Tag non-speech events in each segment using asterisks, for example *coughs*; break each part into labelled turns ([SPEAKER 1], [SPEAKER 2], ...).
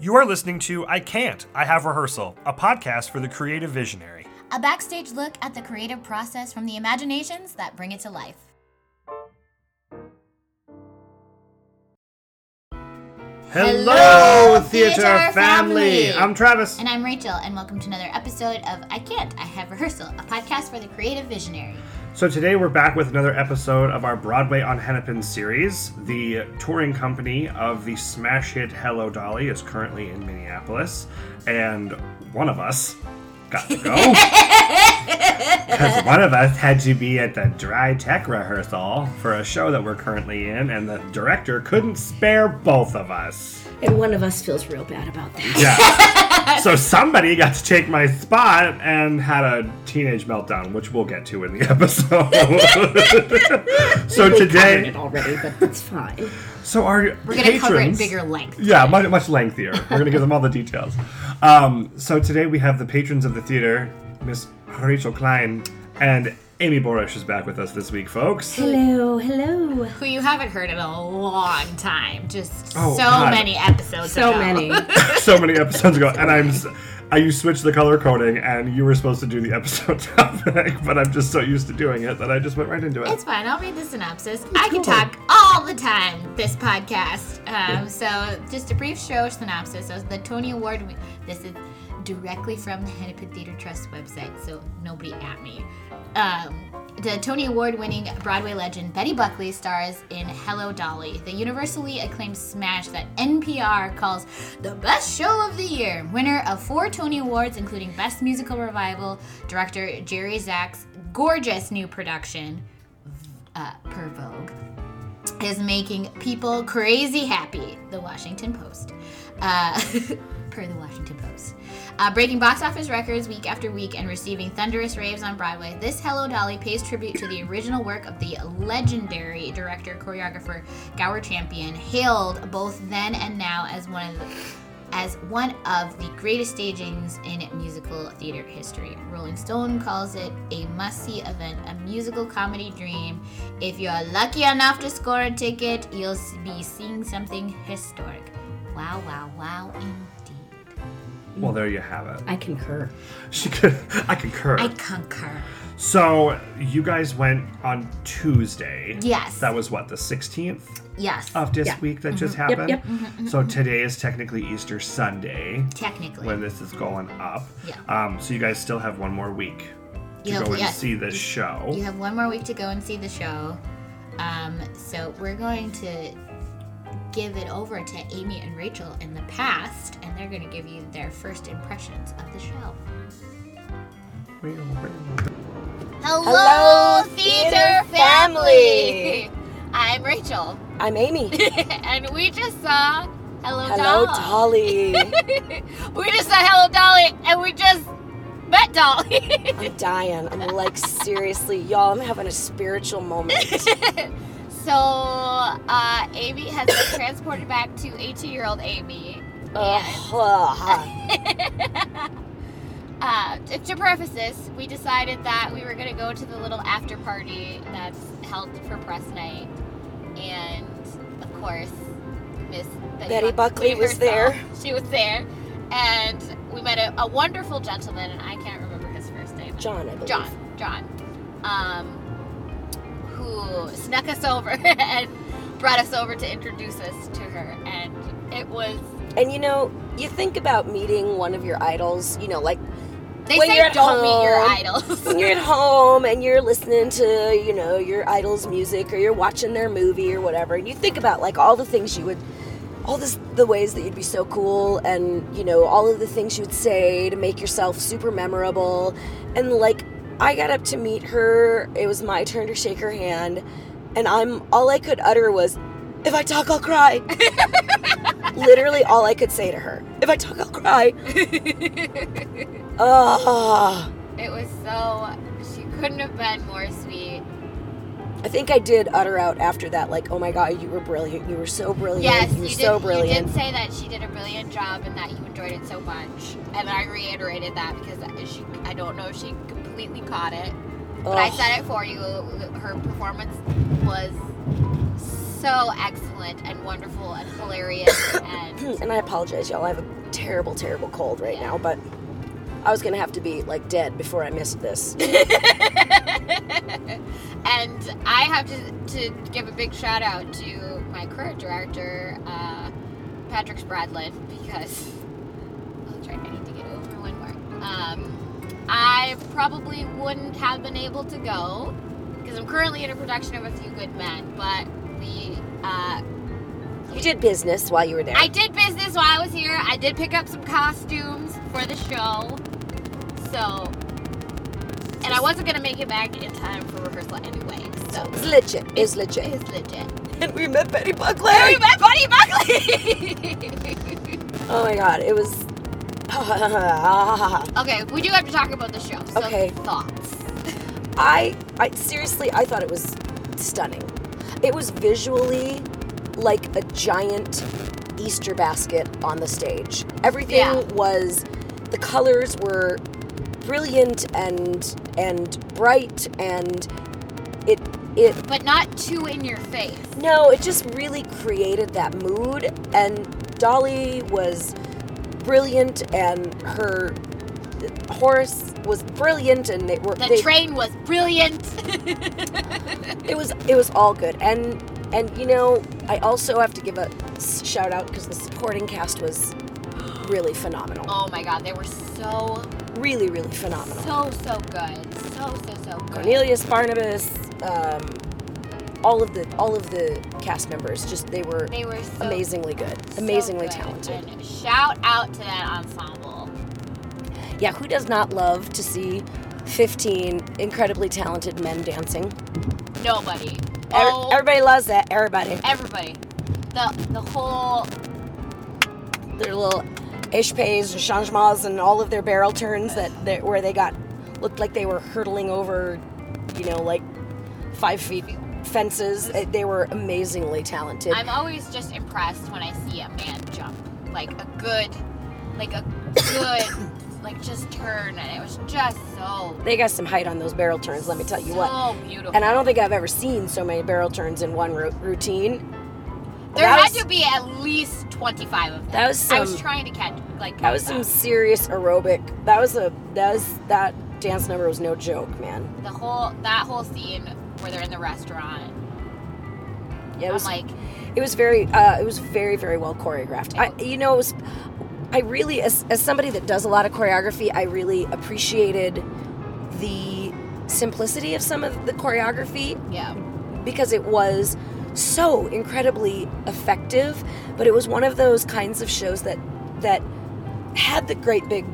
[SPEAKER 1] You are listening to I Can't, I Have Rehearsal, a podcast for the creative visionary.
[SPEAKER 2] A backstage look at the creative process from the imaginations that bring it to life. Hello, theater family.
[SPEAKER 3] I'm Travis.
[SPEAKER 2] And I'm Rachel, and welcome to another episode of I Can't, I Have Rehearsal, a podcast for the creative visionary.
[SPEAKER 3] So today we're back with another episode of our Broadway on Hennepin series. The touring company of the smash hit Hello Dolly is currently in Minneapolis, and one of us got to
[SPEAKER 2] *laughs*
[SPEAKER 3] go. Because one of us had to be at the dry tech rehearsal for a show that we're currently in, and the director couldn't spare both of us.
[SPEAKER 4] And one of us feels real bad about that.
[SPEAKER 3] Yeah. so somebody got to take my spot and had a teenage meltdown, which we'll get to in the *laughs* episode. so
[SPEAKER 4] We covered
[SPEAKER 3] today,
[SPEAKER 4] it already, but that's fine.
[SPEAKER 3] so our
[SPEAKER 2] We're going to cover it in
[SPEAKER 3] patrons-
[SPEAKER 2] bigger length.
[SPEAKER 3] yeah, much, much lengthier. We're gonna give them all the details. Um, so today we have the patrons of the theater, Miss Rachel Klein and Amy Borish is back with us this week,
[SPEAKER 2] *laughs*
[SPEAKER 3] folks.
[SPEAKER 4] Hello, hello.
[SPEAKER 2] Who you haven't heard in a long time. Just
[SPEAKER 3] Oh,
[SPEAKER 2] so
[SPEAKER 3] God.
[SPEAKER 2] many episodes
[SPEAKER 4] So
[SPEAKER 2] ago.
[SPEAKER 4] many.
[SPEAKER 3] so many episodes ago, and I'm. s- I, you switched the color coding, and you were supposed to do the episode *laughs* topic, but I'm just so used to doing it that I just went right into it.
[SPEAKER 2] It's fine. I'll read the synopsis. I can
[SPEAKER 3] cool.
[SPEAKER 2] talk all the time this podcast. Um, so, just a brief show synopsis. So, the Tony Award. win- This is directly from the Hennepin Theater Trust website, so nobody at me. Um, the Tony Award-winning Broadway legend Betty Buckley stars in Hello Dolly, the universally acclaimed smash that NPR calls the best show of the year. Winner of four Tony Awards, including Best Musical Revival, director Jerry Zach's gorgeous new production, uh, per Vogue, is making people crazy happy. The Washington Post, uh, *laughs* per the Washington Post, uh, breaking box office records week after week and receiving thunderous raves on Broadway. This Hello Dolly pays tribute to the original work of the legendary director choreographer Gower Champion, hailed both then and now as one of the as one of the greatest stagings in musical theater history. Rolling Stone calls it a must see event, a musical comedy dream. If you're lucky enough to score a ticket, you'll s- be seeing something historic. Wow, wow, wow, indeed.
[SPEAKER 3] well, there you have it.
[SPEAKER 4] I concur.
[SPEAKER 3] She could, I concur.
[SPEAKER 2] I concur.
[SPEAKER 3] so you guys went on Tuesday.
[SPEAKER 2] Yes. Mm-hmm.
[SPEAKER 3] That was what the 16th
[SPEAKER 2] Yes,
[SPEAKER 3] of this
[SPEAKER 4] Yeah.
[SPEAKER 3] week that just happened.
[SPEAKER 4] yep.
[SPEAKER 2] mm-hmm.
[SPEAKER 3] So today is technically Easter Sunday
[SPEAKER 2] technically.
[SPEAKER 3] when this is going up.
[SPEAKER 2] Yeah.
[SPEAKER 3] Um, so you guys still have one more week to
[SPEAKER 2] You have-
[SPEAKER 3] go and
[SPEAKER 2] yeah.
[SPEAKER 3] see this show.
[SPEAKER 2] You have one more week to go and see the show. Um, so we're going to give it over to Amy and Rachel in the past, and they're going to give you their first impressions of the show. Hello, theater family! *laughs* I'm Rachel,
[SPEAKER 5] I'm Amy.
[SPEAKER 2] and we just saw Hello,
[SPEAKER 5] Hello,
[SPEAKER 2] Dolly.
[SPEAKER 5] Dolly.
[SPEAKER 2] We just saw Hello Dolly, and we just met Dolly. *laughs*
[SPEAKER 5] I'm dying. I'm like, seriously, y'all, I'm having a spiritual moment.
[SPEAKER 2] so uh, Amy has been transported back to 18-year-old Amy.
[SPEAKER 5] Uh, Ugh.
[SPEAKER 2] Uh, to, to preface this, we decided that we were going to go to the little after party that's held for press night. And of course, Miss Betty,
[SPEAKER 5] Betty Buckley was
[SPEAKER 2] herself,
[SPEAKER 5] there.
[SPEAKER 2] *laughs* She was there. And we met a, a wonderful gentleman, and I can't remember his first name.
[SPEAKER 5] John, I believe.
[SPEAKER 2] John. John. Um, who snuck us over *laughs* and brought us over to introduce us to her. And it was.
[SPEAKER 5] And you know, you think about meeting one of your idols, you know, like
[SPEAKER 2] They
[SPEAKER 5] When
[SPEAKER 2] say
[SPEAKER 5] you're at
[SPEAKER 2] don't meet your
[SPEAKER 5] home,
[SPEAKER 2] idols.
[SPEAKER 5] when you're at home and you're listening to, you know, your idol's music or you're watching their movie or whatever, and you think about like all the things you would all this the ways that you'd be so cool and, you know, all of the things you would say to make yourself super memorable. And like I got up to meet her, it was my turn to shake her hand, and I'm all I could utter was, if I talk I'll cry. Literally all I could say to her. If I talk I'll cry.
[SPEAKER 2] *laughs*
[SPEAKER 5] Ugh.
[SPEAKER 2] It was so. She couldn't have been more sweet.
[SPEAKER 5] I think I did utter out after that, like, "Oh my god, you were brilliant! You were so brilliant!
[SPEAKER 2] Yes,
[SPEAKER 5] you were
[SPEAKER 2] you did.
[SPEAKER 5] so
[SPEAKER 2] You
[SPEAKER 5] brilliant!"
[SPEAKER 2] did say that she did a brilliant job and that you enjoyed it so much. And I reiterated that because I- she, I don't know if she completely caught it, but I
[SPEAKER 5] Ugh.
[SPEAKER 2] said it for you. Her performance was so excellent and wonderful and
[SPEAKER 5] *coughs*
[SPEAKER 2] hilarious and
[SPEAKER 5] Hmm, And I apologize, y'all. I have a terrible, terrible cold right now, but I was gonna have to be like dead before I missed this. *laughs*
[SPEAKER 2] and I have to, to give a big shout out to my current director, uh, Patrick Spradlin, because I'll try. I need to get over one more. Um, I probably wouldn't have been able to go because I'm currently in a production of A Few Good Men, but the uh,
[SPEAKER 5] you did business while you were there.
[SPEAKER 2] I did business while I was here. I did pick up some costumes for the show. So, and I wasn't gonna make it back in time for rehearsal anyway. So
[SPEAKER 5] it's legit. It's legit. *laughs*
[SPEAKER 2] it's legit.
[SPEAKER 5] And we met Betty
[SPEAKER 2] We
[SPEAKER 5] Buckley.
[SPEAKER 2] met Buddy Buckley. *laughs*
[SPEAKER 5] Oh my god, it was. *laughs* Ah,
[SPEAKER 2] okay, we do have to talk about the show. So
[SPEAKER 5] Okay.
[SPEAKER 2] Thoughts.
[SPEAKER 5] I, I seriously, I thought it was stunning. It was visually like a giant Easter basket on the stage. Everything
[SPEAKER 2] Yeah.
[SPEAKER 5] was, the colors were brilliant and and bright and it it
[SPEAKER 2] But not too in your face.
[SPEAKER 5] no, it just really created that mood and Dolly was brilliant and her uh, Horace was brilliant and they were
[SPEAKER 2] The
[SPEAKER 5] they,
[SPEAKER 2] train was brilliant. *laughs*
[SPEAKER 5] it was it was all good and and you know i also have to give a s- shout out because the supporting cast was really phenomenal
[SPEAKER 2] oh my god, they were so,
[SPEAKER 5] really really phenomenal
[SPEAKER 2] so, so good. So, so, so good.
[SPEAKER 5] cornelius barnabas um, all of the all of the cast members just they were
[SPEAKER 2] They were so
[SPEAKER 5] amazingly good
[SPEAKER 2] so
[SPEAKER 5] amazingly
[SPEAKER 2] good.
[SPEAKER 5] talented
[SPEAKER 2] And shout out to that ensemble.
[SPEAKER 5] yeah who does not love to see 15 incredibly talented men dancing
[SPEAKER 2] Nobody.
[SPEAKER 5] Ev-
[SPEAKER 2] Oh,
[SPEAKER 5] everybody loves that everybody
[SPEAKER 2] everybody. The the whole
[SPEAKER 5] their little ishpays and changements and all of their barrel turns that, that where they got looked like they were hurtling over, you know, like five feet fences. Uh, They were amazingly talented.
[SPEAKER 2] I'm always just impressed when I see a man jump. Like a good like a
[SPEAKER 5] *coughs*
[SPEAKER 2] good like just turn and it was just so
[SPEAKER 5] they got some height on those barrel turns. Let me tell you what.
[SPEAKER 2] so beautiful.
[SPEAKER 5] And I don't think I've ever seen so many barrel turns in one ru- routine.
[SPEAKER 2] there
[SPEAKER 5] that
[SPEAKER 2] had
[SPEAKER 5] was-
[SPEAKER 2] to be at least 25 of them.
[SPEAKER 5] That was
[SPEAKER 2] I was
[SPEAKER 5] some-
[SPEAKER 2] trying to catch like
[SPEAKER 5] That was some serious aerobic. That was a that was that dance number was no joke, man.
[SPEAKER 2] the whole that whole scene where they're in the restaurant.
[SPEAKER 5] Yeah, it was
[SPEAKER 2] I'm like
[SPEAKER 5] It was very, uh, it was very, very well choreographed. I, you know, it was, I really, as, as somebody that does a lot of choreography, I really appreciated the simplicity of some of the choreography
[SPEAKER 2] yeah.
[SPEAKER 5] because it was so incredibly effective. But it was one of those kinds of shows that that had the great big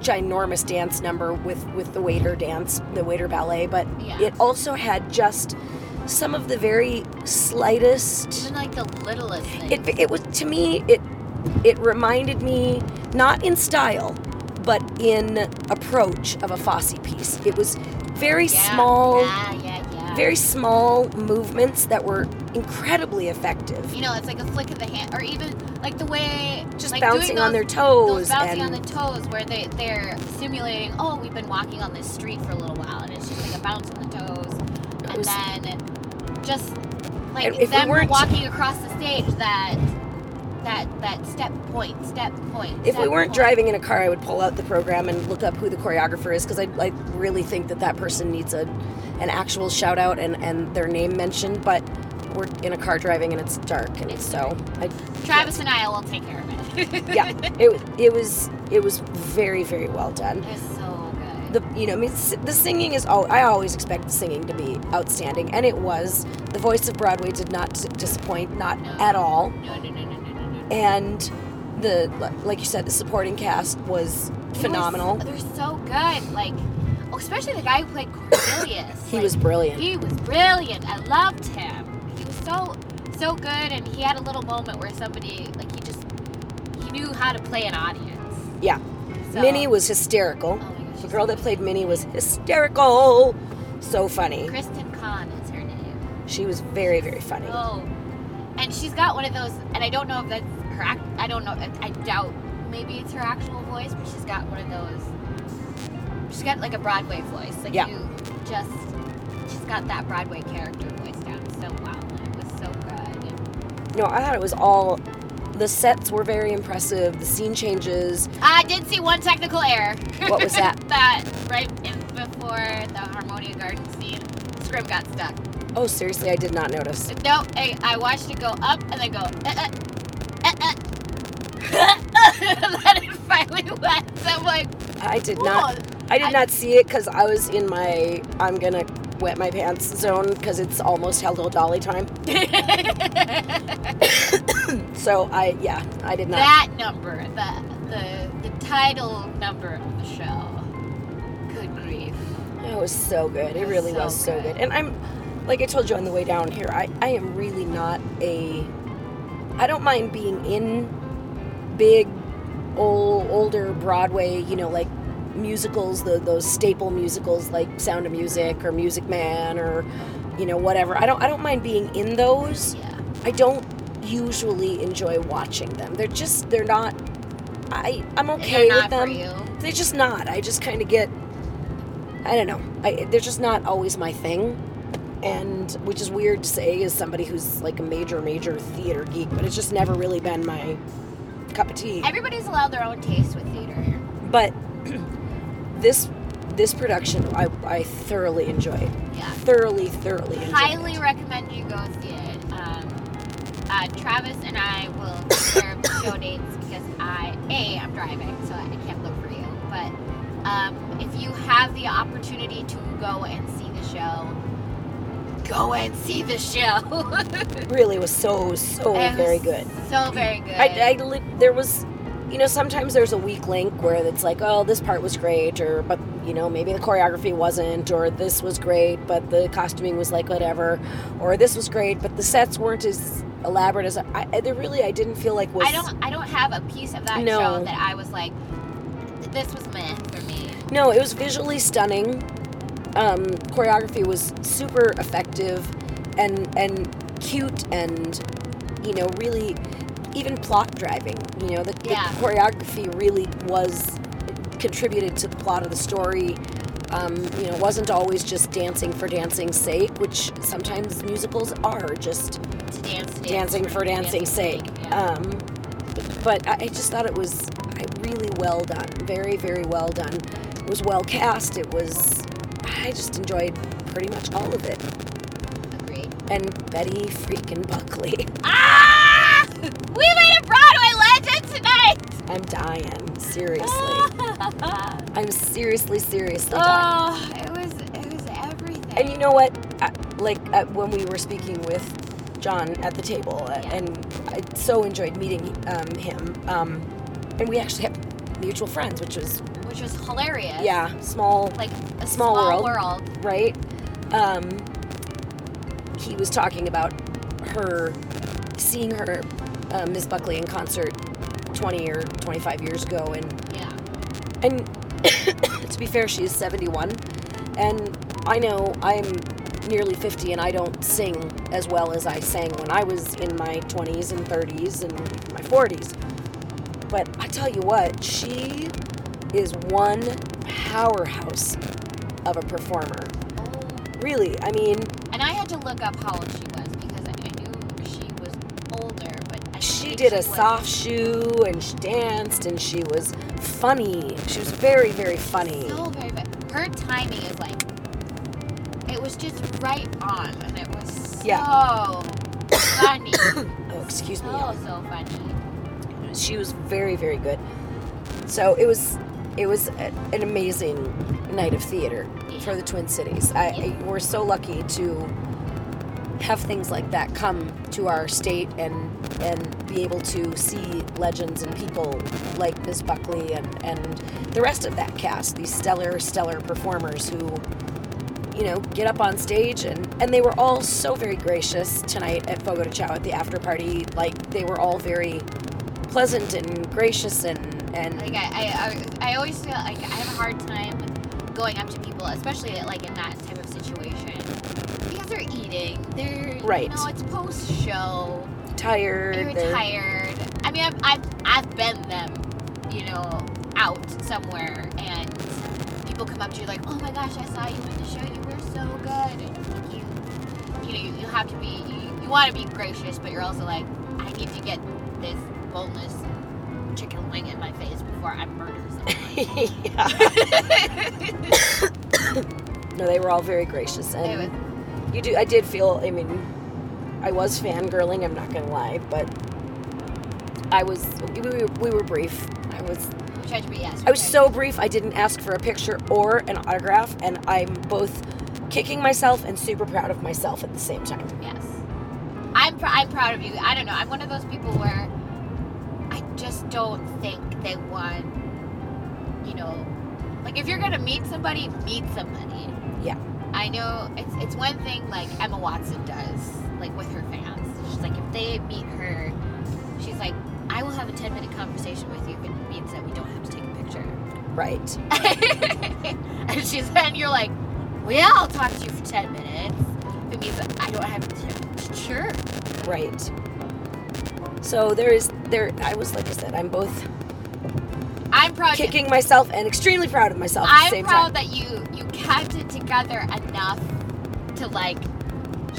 [SPEAKER 5] ginormous dance number with with the waiter dance the waiter ballet but
[SPEAKER 2] Yeah.
[SPEAKER 5] it also had just some of the very slightest
[SPEAKER 2] Even like the littlest thing.
[SPEAKER 5] it, it was to me it it reminded me not in style but in approach of a Fosse piece it was very
[SPEAKER 2] yeah,
[SPEAKER 5] small
[SPEAKER 2] Yeah, yeah, yeah.
[SPEAKER 5] very small movements that were incredibly effective
[SPEAKER 2] you know, it's like a flick of the hand, or even like the way
[SPEAKER 5] just
[SPEAKER 2] like, doing
[SPEAKER 5] bouncing on their
[SPEAKER 2] those-
[SPEAKER 5] toes
[SPEAKER 2] Those bouncing
[SPEAKER 5] and
[SPEAKER 2] on the toes, where they they're simulating. Oh, we've been walking on this street for a little while, and it's just like a bounce on the toes, and
[SPEAKER 5] was-
[SPEAKER 2] then just like
[SPEAKER 5] And if we
[SPEAKER 2] them
[SPEAKER 5] weren't-
[SPEAKER 2] walking across the stage. That that that step point, step point.
[SPEAKER 5] if we
[SPEAKER 2] step
[SPEAKER 5] weren't
[SPEAKER 2] point.
[SPEAKER 5] driving in a car, I would pull out the program and look up who the choreographer is because I, I really think that that person needs a, an actual shout out and, and their name mentioned. But we're in a car driving and it's dark, and so I
[SPEAKER 2] Travis and I will take care of it. *laughs*
[SPEAKER 5] yeah, it it was it was very very well done.
[SPEAKER 2] It's so good.
[SPEAKER 5] The you know, I mean, s- the singing is all. I always expect the singing to be outstanding, and it was. The voice of Broadway did not dis- disappoint, not at all.
[SPEAKER 2] no, no, no, no, no, no, no.
[SPEAKER 5] And the li- like you said, the supporting cast was
[SPEAKER 2] They were s-
[SPEAKER 5] phenomenal.
[SPEAKER 2] They're so good. Like, oh, especially the guy who played Cornelius.
[SPEAKER 5] He
[SPEAKER 2] Like,
[SPEAKER 5] was brilliant.
[SPEAKER 2] He was brilliant. I loved him. He was so so good, and he had a little moment where somebody like he just he knew how to play an audience.
[SPEAKER 5] yeah,
[SPEAKER 2] So,
[SPEAKER 5] Minnie was hysterical.
[SPEAKER 2] Oh my gosh,
[SPEAKER 5] the
[SPEAKER 2] she's
[SPEAKER 5] girl
[SPEAKER 2] so
[SPEAKER 5] that played Minnie was hysterical. So funny.
[SPEAKER 2] Kristen Kahn is her name.
[SPEAKER 5] She was very very funny.
[SPEAKER 2] Oh, and she's got one of those, and I don't know if that's her. Act, I don't know. I, I doubt maybe it's her actual voice, but she's got one of those. She's got like a Broadway voice. Like
[SPEAKER 5] Yeah.
[SPEAKER 2] you just, she's got that Broadway character voice down so well.
[SPEAKER 5] No, I thought it was all. The sets were very impressive. The scene changes.
[SPEAKER 2] I did see one technical error. *laughs*
[SPEAKER 5] What was that?
[SPEAKER 2] that right in before the Harmonia Garden scene, Scrim got stuck.
[SPEAKER 5] Oh, seriously, I did not notice.
[SPEAKER 2] No, I, I watched it go up and then go. Uh, uh, uh, uh, and *laughs* then it finally went. So I'm like,
[SPEAKER 5] I did not.
[SPEAKER 2] Cool.
[SPEAKER 5] *laughs* I did
[SPEAKER 2] I-
[SPEAKER 5] not see it because I was in my I'm gonna wet my pants zone because it's almost Hello Dolly time. so I yeah I did not.
[SPEAKER 2] that number, the the the title number of the show. Good grief.
[SPEAKER 5] It was so good. It
[SPEAKER 2] was
[SPEAKER 5] really
[SPEAKER 2] so
[SPEAKER 5] was so
[SPEAKER 2] good.
[SPEAKER 5] good. And I'm, like I told you on the way down here, I, I am really not a. I don't mind being in big, old, older Broadway, you know, like musicals, the, those staple musicals like Sound of Music or Music Man or, you know, whatever. I don't, I don't mind being in those.
[SPEAKER 2] Yeah.
[SPEAKER 5] I don't usually enjoy watching them. They're just, they're not. I, I'm
[SPEAKER 2] They're
[SPEAKER 5] okay
[SPEAKER 2] not
[SPEAKER 5] with them
[SPEAKER 2] for you.
[SPEAKER 5] they're just not. I just kind of get, I don't know. I, they're just not always my thing. And which is weird to say as somebody who's like a major, major theater geek, but it's just never really been my cup of tea.
[SPEAKER 2] Everybody's allowed their own taste with theater.
[SPEAKER 5] But *clears throat* this this production, I, I thoroughly enjoyed.
[SPEAKER 2] Yeah.
[SPEAKER 5] Thoroughly, thoroughly enjoyed.
[SPEAKER 2] Highly recommend you go see it. Um, uh, Travis and I will *coughs* share the show dates because I a I'm driving, so I can't look for you. But um, if you have the opportunity to go and see the show, go and see the show. *laughs*
[SPEAKER 5] It really was so, so
[SPEAKER 2] It was
[SPEAKER 5] very good.
[SPEAKER 2] So very good.
[SPEAKER 5] I, I li- there was, you know, sometimes there's a weak link where it's like, oh, this part was great, or but you know maybe the choreography wasn't, or this was great, but the costuming was like whatever, or this was great, but the sets weren't as elaborate as I, I there really I didn't feel like was
[SPEAKER 2] I don't. I don't have a piece of that
[SPEAKER 5] No.
[SPEAKER 2] show that I was like, this was meant for me.
[SPEAKER 5] no, it was visually stunning. Um, choreography was super effective, and and cute, and you know really even plot driving. You know the, the
[SPEAKER 2] Yeah.
[SPEAKER 5] choreography really was contributed to the plot of the story. Um, you know, it wasn't always just dancing for dancing's sake, which sometimes musicals are just
[SPEAKER 2] To dance, to dance
[SPEAKER 5] dancing for dancing's sake.
[SPEAKER 2] yeah.
[SPEAKER 5] Um, but I I just thought it was I- really well done, very very well done. It was well cast. It was I just enjoyed pretty much all of it. Um,
[SPEAKER 2] Agreed.
[SPEAKER 5] And Betty freaking Buckley, *laughs*
[SPEAKER 2] Ah! We made a Broadway legend tonight!
[SPEAKER 5] I'm dying seriously.
[SPEAKER 2] Ah!
[SPEAKER 5] I'm seriously seriously dying.
[SPEAKER 2] *laughs* oh, it was it was everything.
[SPEAKER 5] And you know what? I, like uh when we were speaking with John at the table, uh,
[SPEAKER 2] Yeah.
[SPEAKER 5] and I so enjoyed meeting um, him. Um, and we actually have mutual friends, which was
[SPEAKER 2] which was hilarious.
[SPEAKER 5] yeah, small
[SPEAKER 2] Like a
[SPEAKER 5] Small
[SPEAKER 2] small,
[SPEAKER 5] world.
[SPEAKER 2] world.
[SPEAKER 5] right? Um, he was talking about her seeing her uh, Miss Buckley in concert 20 or 25 years ago, and
[SPEAKER 2] Yeah.
[SPEAKER 5] and *coughs* to be fair, she is 71, and I know I'm nearly 50, and I don't sing as well as I sang when I was in my 20s and 30s and my 40s. But I tell you what, she is one powerhouse of a performer. Really, I mean,
[SPEAKER 2] And I had to look up how old she was because I, I knew she was older, but I
[SPEAKER 5] she
[SPEAKER 2] think
[SPEAKER 5] did a
[SPEAKER 2] was-
[SPEAKER 5] soft shoe and she danced and she was funny. She was very, very funny.
[SPEAKER 2] So very but her timing is like it was just right on and it was so *coughs* funny.
[SPEAKER 5] Oh, excuse me.
[SPEAKER 2] so so funny.
[SPEAKER 5] She was very, very good. So it was, it was a, an amazing night of theater for the Twin Cities. I, I we're so lucky to have things like that come to our state and and be able to see legends and people like Miss Buckley and and the rest of that cast, these stellar, stellar performers who you know, get up on stage and and they were all so very gracious tonight at Fogo de Chao at the after party. Like they were all very pleasant and gracious and and
[SPEAKER 2] Like I, I, I, I always feel like I have a hard time going up to people, especially like in that type of situation, because they're eating, they're
[SPEAKER 5] Right.
[SPEAKER 2] You know, it's post show. You're
[SPEAKER 5] tired. they're- *laughs*
[SPEAKER 2] tired. I mean, I've, I've, I've been them, you know, out somewhere, and people come up to you like, oh my gosh, I saw you in the show. You were so good. And you, you know, you, you have to be, you, you want to be gracious, but you're also like, I need to get this boneless chicken wing in my face before I murder
[SPEAKER 5] Um,
[SPEAKER 2] someone.
[SPEAKER 5] No, they were all very gracious,
[SPEAKER 2] It
[SPEAKER 5] and
[SPEAKER 2] was-
[SPEAKER 5] you do. I did feel. I mean, I was fangirling. I'm not gonna lie, but I was. We were, we were brief. I was.
[SPEAKER 2] we tried to be yes.
[SPEAKER 5] I was so brief. I didn't ask for a picture or an autograph, and I'm both kicking myself and super proud of myself at the same time.
[SPEAKER 2] Yes. I'm, pr- I'm proud of you. I don't know. I'm one of those people where I just don't think they want, you know, like if you're going to meet somebody, meet somebody.
[SPEAKER 5] Yeah.
[SPEAKER 2] I know it's, it's one thing like Emma Watson does, like with her fans. She's like, if they meet her, she's like, I will have a 10 minute conversation with you if it means that we don't have to take a picture.
[SPEAKER 5] Right.
[SPEAKER 2] *laughs* and she's and you're like, well, yeah, I'll talk to you for 10 minutes. It means that I don't have to. Sure.
[SPEAKER 5] Right. So there is there. I was like I said. I'm both
[SPEAKER 2] I'm proud.
[SPEAKER 5] kicking myself and extremely proud of myself at the
[SPEAKER 2] I'm
[SPEAKER 5] same
[SPEAKER 2] proud
[SPEAKER 5] time.
[SPEAKER 2] that you you kept it together enough to like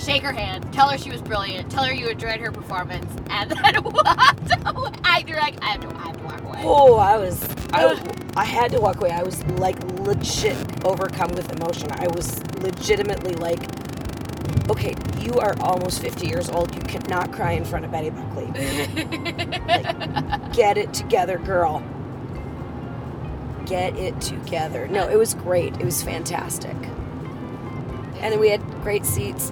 [SPEAKER 2] shake her hand, tell her she was brilliant, tell her you enjoyed her performance, and *laughs* then walked away. I, you're like, I have to, I have to walk away.
[SPEAKER 5] Oh, I was, I, I had to walk away. I was like legit overcome with emotion. I was legitimately like, okay, you are almost 50 years old. You cannot cry in front of Betty Buckley. *laughs* Like, get it together, girl. Get it together. No, it was great. It was fantastic. And then we had great seats.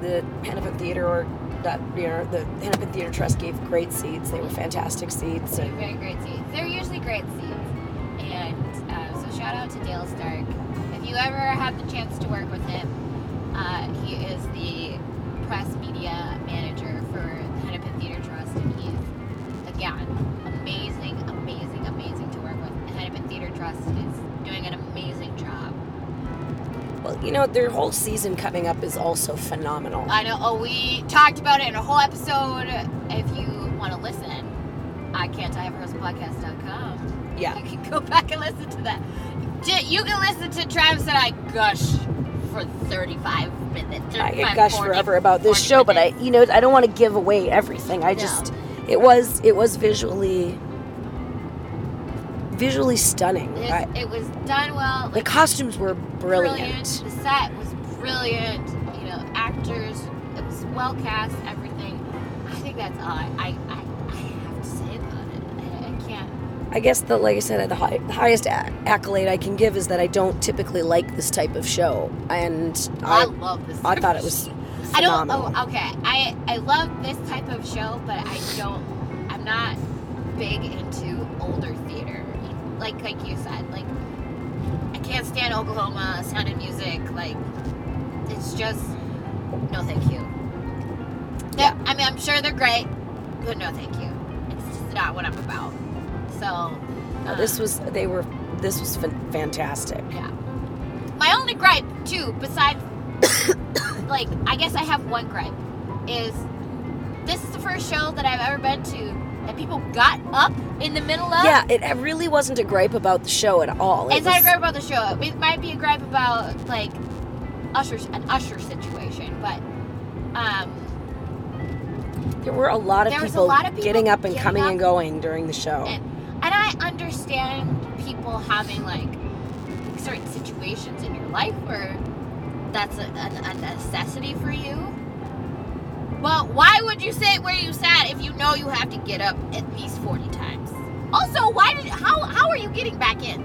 [SPEAKER 5] The Hennepin Theater, or not, you know, the Hennepin Theater Trust gave great seats. They were fantastic seats.
[SPEAKER 2] They're
[SPEAKER 5] And
[SPEAKER 2] very great seats. They're usually great seats. And uh, so shout out to Dale Stark. If you ever have the chance to work with him, uh, he is the press media manager for the Hennepin Theater Trust, and he's again amazing, amazing, amazing to work with. The Hennepin Theater Trust is doing an amazing job.
[SPEAKER 5] Well, you know, their whole season coming up is also phenomenal.
[SPEAKER 2] I know. Oh, we talked about it in a whole episode. If you want to listen, I can't. I have podcast.com.
[SPEAKER 5] Yeah.
[SPEAKER 2] *laughs* You can go back and listen to that. J- You can listen to Travis and I gush for 35 minutes.
[SPEAKER 5] I
[SPEAKER 2] 35,
[SPEAKER 5] could gush
[SPEAKER 2] 40
[SPEAKER 5] forever about this
[SPEAKER 2] 40
[SPEAKER 5] show, but I,
[SPEAKER 2] minutes.
[SPEAKER 5] you know, I don't want to give away everything. I
[SPEAKER 2] No.
[SPEAKER 5] just, it was, it was visually, visually stunning.
[SPEAKER 2] This-
[SPEAKER 5] I,
[SPEAKER 2] it was done well.
[SPEAKER 5] the
[SPEAKER 2] Like,
[SPEAKER 5] costumes were brilliant.
[SPEAKER 2] The set was brilliant. You know, actors. It was well cast. Everything. I think that's all I, I, I, I have to say about it. I, I can't.
[SPEAKER 5] I guess the, like I said, the, high, the highest a- accolade I can give is that I don't typically like this type of show, and
[SPEAKER 2] I,
[SPEAKER 5] I,
[SPEAKER 2] love this.
[SPEAKER 5] I
[SPEAKER 2] type
[SPEAKER 5] thought
[SPEAKER 2] of
[SPEAKER 5] it was
[SPEAKER 2] shit. I don't.
[SPEAKER 5] phenomenal.
[SPEAKER 2] Oh, okay. I I love this type of show, but I don't. I'm not big into older theater. Like like you said, like I can't stand Oklahoma Sound and Music. Like it's just no, thank you. Yeah. I mean, I'm sure they're great, but no, thank you. It's just not what I'm about. So. um,
[SPEAKER 5] No, this was, they were, this was fan- fantastic.
[SPEAKER 2] Yeah. My only gripe, too, besides, *coughs* like, I guess I have one gripe, is this is the first show that I've ever been to that people got up in the middle of.
[SPEAKER 5] Yeah, it, it really wasn't a gripe about the show at all. It
[SPEAKER 2] Um, It's not a
[SPEAKER 5] was-
[SPEAKER 2] gripe about the show. It might be a gripe about, like, Usher, an Usher situation, but, um,
[SPEAKER 5] There were a lot of,
[SPEAKER 2] There was a
[SPEAKER 5] people,
[SPEAKER 2] lot of people
[SPEAKER 5] getting up and
[SPEAKER 2] getting
[SPEAKER 5] coming
[SPEAKER 2] up.
[SPEAKER 5] and going during the show.
[SPEAKER 2] and, and I understand people having like certain situations in your life where that's a, a, a necessity for you. But why would you sit where you sat if you know you have to get up at least forty times? Also, why did how how are you getting back in?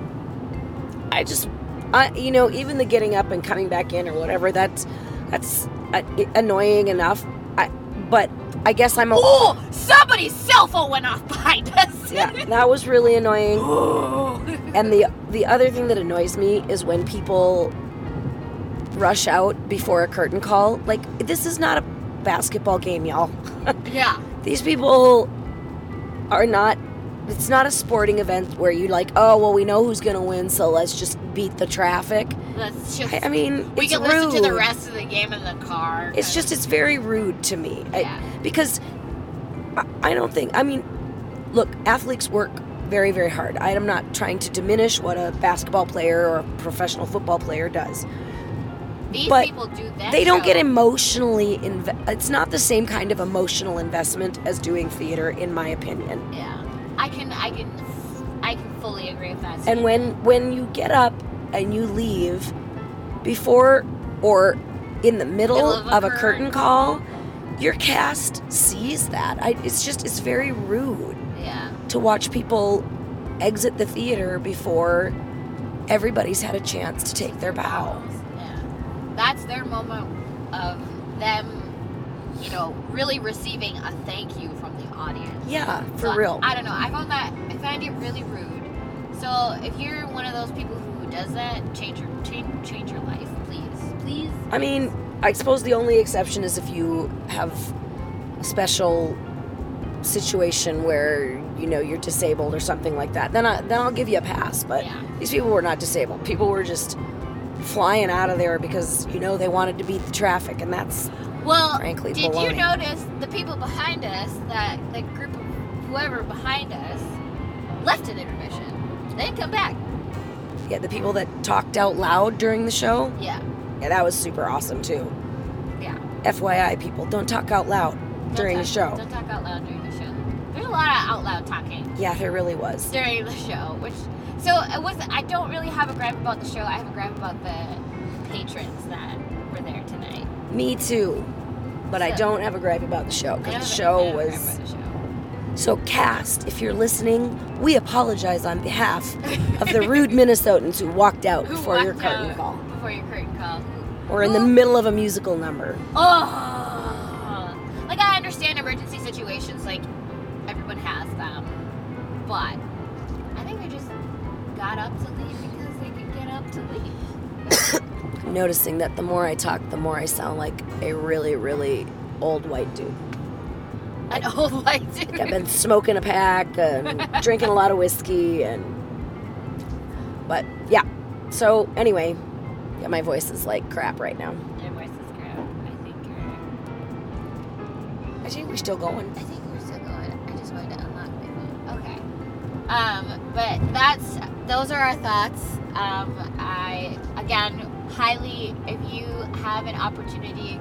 [SPEAKER 5] I just, I, you know, even the getting up and coming back in or whatever, that's that's uh, annoying enough. I, but I guess I'm a.
[SPEAKER 2] *laughs* Oh, somebody's cell phone went off behind *laughs* us.
[SPEAKER 5] Yeah, that was really annoying. and the the other thing that annoys me is when people rush out before a curtain call. Like this is not a basketball game, y'all.
[SPEAKER 2] yeah.
[SPEAKER 5] these people are not it's not a sporting event where you like oh well we know who's gonna win so let's just beat the traffic
[SPEAKER 2] That's just.
[SPEAKER 5] i, I mean
[SPEAKER 2] we
[SPEAKER 5] it's
[SPEAKER 2] can
[SPEAKER 5] rude.
[SPEAKER 2] listen to the rest of the game in the car.
[SPEAKER 5] it's just it's very rude to me I-
[SPEAKER 2] Yeah.
[SPEAKER 5] because I, I don't think i mean look athletes work very very hard i am not trying to diminish what a basketball player or a professional football player does
[SPEAKER 2] These
[SPEAKER 5] But
[SPEAKER 2] people do that.
[SPEAKER 5] they don't
[SPEAKER 2] show.
[SPEAKER 5] get emotionally inve- it's not the same kind of emotional investment as doing theater in my opinion
[SPEAKER 2] Yeah, I can, I can, I can fully agree with that.
[SPEAKER 5] and when when you get up and you leave before or in the middle,
[SPEAKER 2] Middle
[SPEAKER 5] of, a curtain call your cast sees that I, it's just it's very rude
[SPEAKER 2] yeah,
[SPEAKER 5] to watch people exit the theater before everybody's had a chance to take their bow
[SPEAKER 2] yeah, that's their moment of them, you know, really receiving a thank you from the audience.
[SPEAKER 5] yeah for
[SPEAKER 2] So,
[SPEAKER 5] real
[SPEAKER 2] I don't know. I found that I find it really rude. So if you're one of those people who does that, change your change change your life, please, please.
[SPEAKER 5] I mean, I suppose the only exception is if you have a special situation where you know you're disabled or something like that. Then I then I'll give you a pass. But
[SPEAKER 2] Yeah.
[SPEAKER 5] these people were not disabled. People were just flying out of there because you know they wanted to beat the traffic, and that's
[SPEAKER 2] Well,
[SPEAKER 5] Frankly,
[SPEAKER 2] did you
[SPEAKER 5] baloney.
[SPEAKER 2] notice the people behind us that the group of whoever behind us left an intermission? They didn't come back.
[SPEAKER 5] yeah the people that talked out loud during the show.
[SPEAKER 2] Yeah,
[SPEAKER 5] Yeah, that was super awesome too.
[SPEAKER 2] yeah.
[SPEAKER 5] FYI, people don't talk out loud
[SPEAKER 2] Don't
[SPEAKER 5] during the
[SPEAKER 2] talk-
[SPEAKER 5] show.
[SPEAKER 2] Don't talk out loud during the show. There's a lot of out loud talking.
[SPEAKER 5] Yeah, there really was.
[SPEAKER 2] during the show, which so it was. I don't really have a gripe about the show. I have a gripe about the patrons that were there tonight.
[SPEAKER 5] Me too. But I
[SPEAKER 2] So-
[SPEAKER 5] don't have a gripe about the show
[SPEAKER 2] I don't
[SPEAKER 5] because the
[SPEAKER 2] have a-
[SPEAKER 5] show
[SPEAKER 2] I don't have a gripe
[SPEAKER 5] was.
[SPEAKER 2] about the show.
[SPEAKER 5] So, cast, if you're listening, we apologize on behalf of
[SPEAKER 2] *laughs*
[SPEAKER 5] the rude Minnesotans who walked out
[SPEAKER 2] Who
[SPEAKER 5] before your
[SPEAKER 2] walked
[SPEAKER 5] curtain
[SPEAKER 2] out
[SPEAKER 5] call
[SPEAKER 2] Before your curtain call. Who-
[SPEAKER 5] or in the
[SPEAKER 2] who-
[SPEAKER 5] middle of a musical number.
[SPEAKER 2] Oh, like I understand emergency situations. Like everyone has them, but I think they just got up to leave because they could get up to leave. *laughs*
[SPEAKER 5] I'm noticing that the more I talk, the more I sound like a really, really old white dude.
[SPEAKER 2] An old white dude. *laughs*
[SPEAKER 5] I've been smoking a pack and drinking a lot of whiskey and. But yeah. So, anyway, yeah, my voice is like crap right now.
[SPEAKER 2] Your voice is crap. I think you're.
[SPEAKER 5] I think we're still going.
[SPEAKER 2] I think we're still going. I just wanted to unlock my phone. Okay. Um, but that's those are our thoughts. Um, I again highly if you have an opportunity,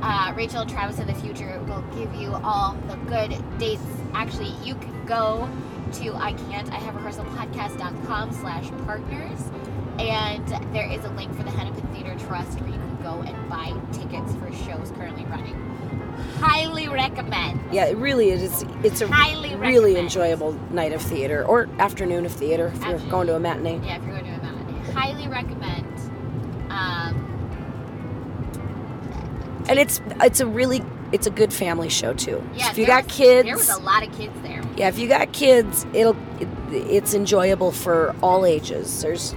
[SPEAKER 2] uh, Rachel and Travis in the future will give you all the good dates. Actually, you can go to I can't I have rehearsal podcast.com slash partners and there is a link for the Hennepin Theater Trust where you can go and buy tickets for shows currently running. Highly recommend.
[SPEAKER 5] Yeah, it really is. It's a
[SPEAKER 2] Highly
[SPEAKER 5] really
[SPEAKER 2] recommend.
[SPEAKER 5] enjoyable night of theater or afternoon of theater if you're
[SPEAKER 2] Afternoon.
[SPEAKER 5] going to a matinee.
[SPEAKER 2] Yeah, if you're going to a mountain, I highly recommend. Um,
[SPEAKER 5] And it's it's a really it's a good family show too.
[SPEAKER 2] yeah,
[SPEAKER 5] if you
[SPEAKER 2] there
[SPEAKER 5] got
[SPEAKER 2] was-
[SPEAKER 5] kids,
[SPEAKER 2] there was a lot of kids there.
[SPEAKER 5] yeah, if you got kids, it'll it, it's enjoyable for all ages. There's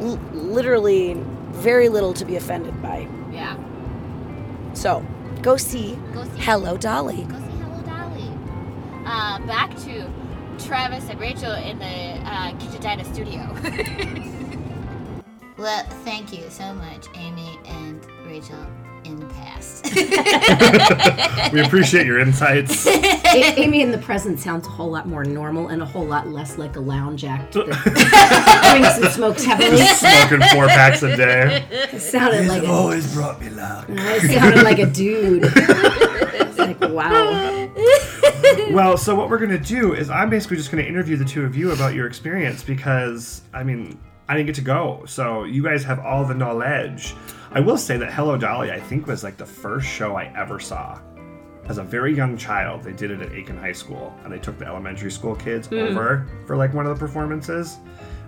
[SPEAKER 5] l- literally very little to be offended by.
[SPEAKER 2] Yeah,
[SPEAKER 5] So go see
[SPEAKER 2] go see
[SPEAKER 5] Hello
[SPEAKER 2] *laughs*
[SPEAKER 5] Dolly.
[SPEAKER 2] Go see Hello Dolly. Uh, back to Travis and Rachel in the uh, Kitchadina studio. *laughs* well, thank you so much, Amy and Rachel, in the *laughs* past. *laughs*
[SPEAKER 3] We appreciate your insights.
[SPEAKER 4] A- Amy in the present sounds a whole lot more normal and a whole lot less like a lounge act that drinks and smokes
[SPEAKER 5] *laughs*
[SPEAKER 4] heavily.
[SPEAKER 3] Just smoking four packs a day. *laughs*
[SPEAKER 4] It sounded like a,
[SPEAKER 1] Always brought me luck.
[SPEAKER 4] it sounded like a dude. It's like wow.
[SPEAKER 3] Well, so what we're gonna do is I'm basically just gonna interview the two of you about your experience because I mean I didn't get to go, so you guys have all the knowledge. I will say that Hello Dolly I think was like the first show I ever saw. As a very young child, they did it at Aiken High School, and they took the elementary school kids over for like one of the performances.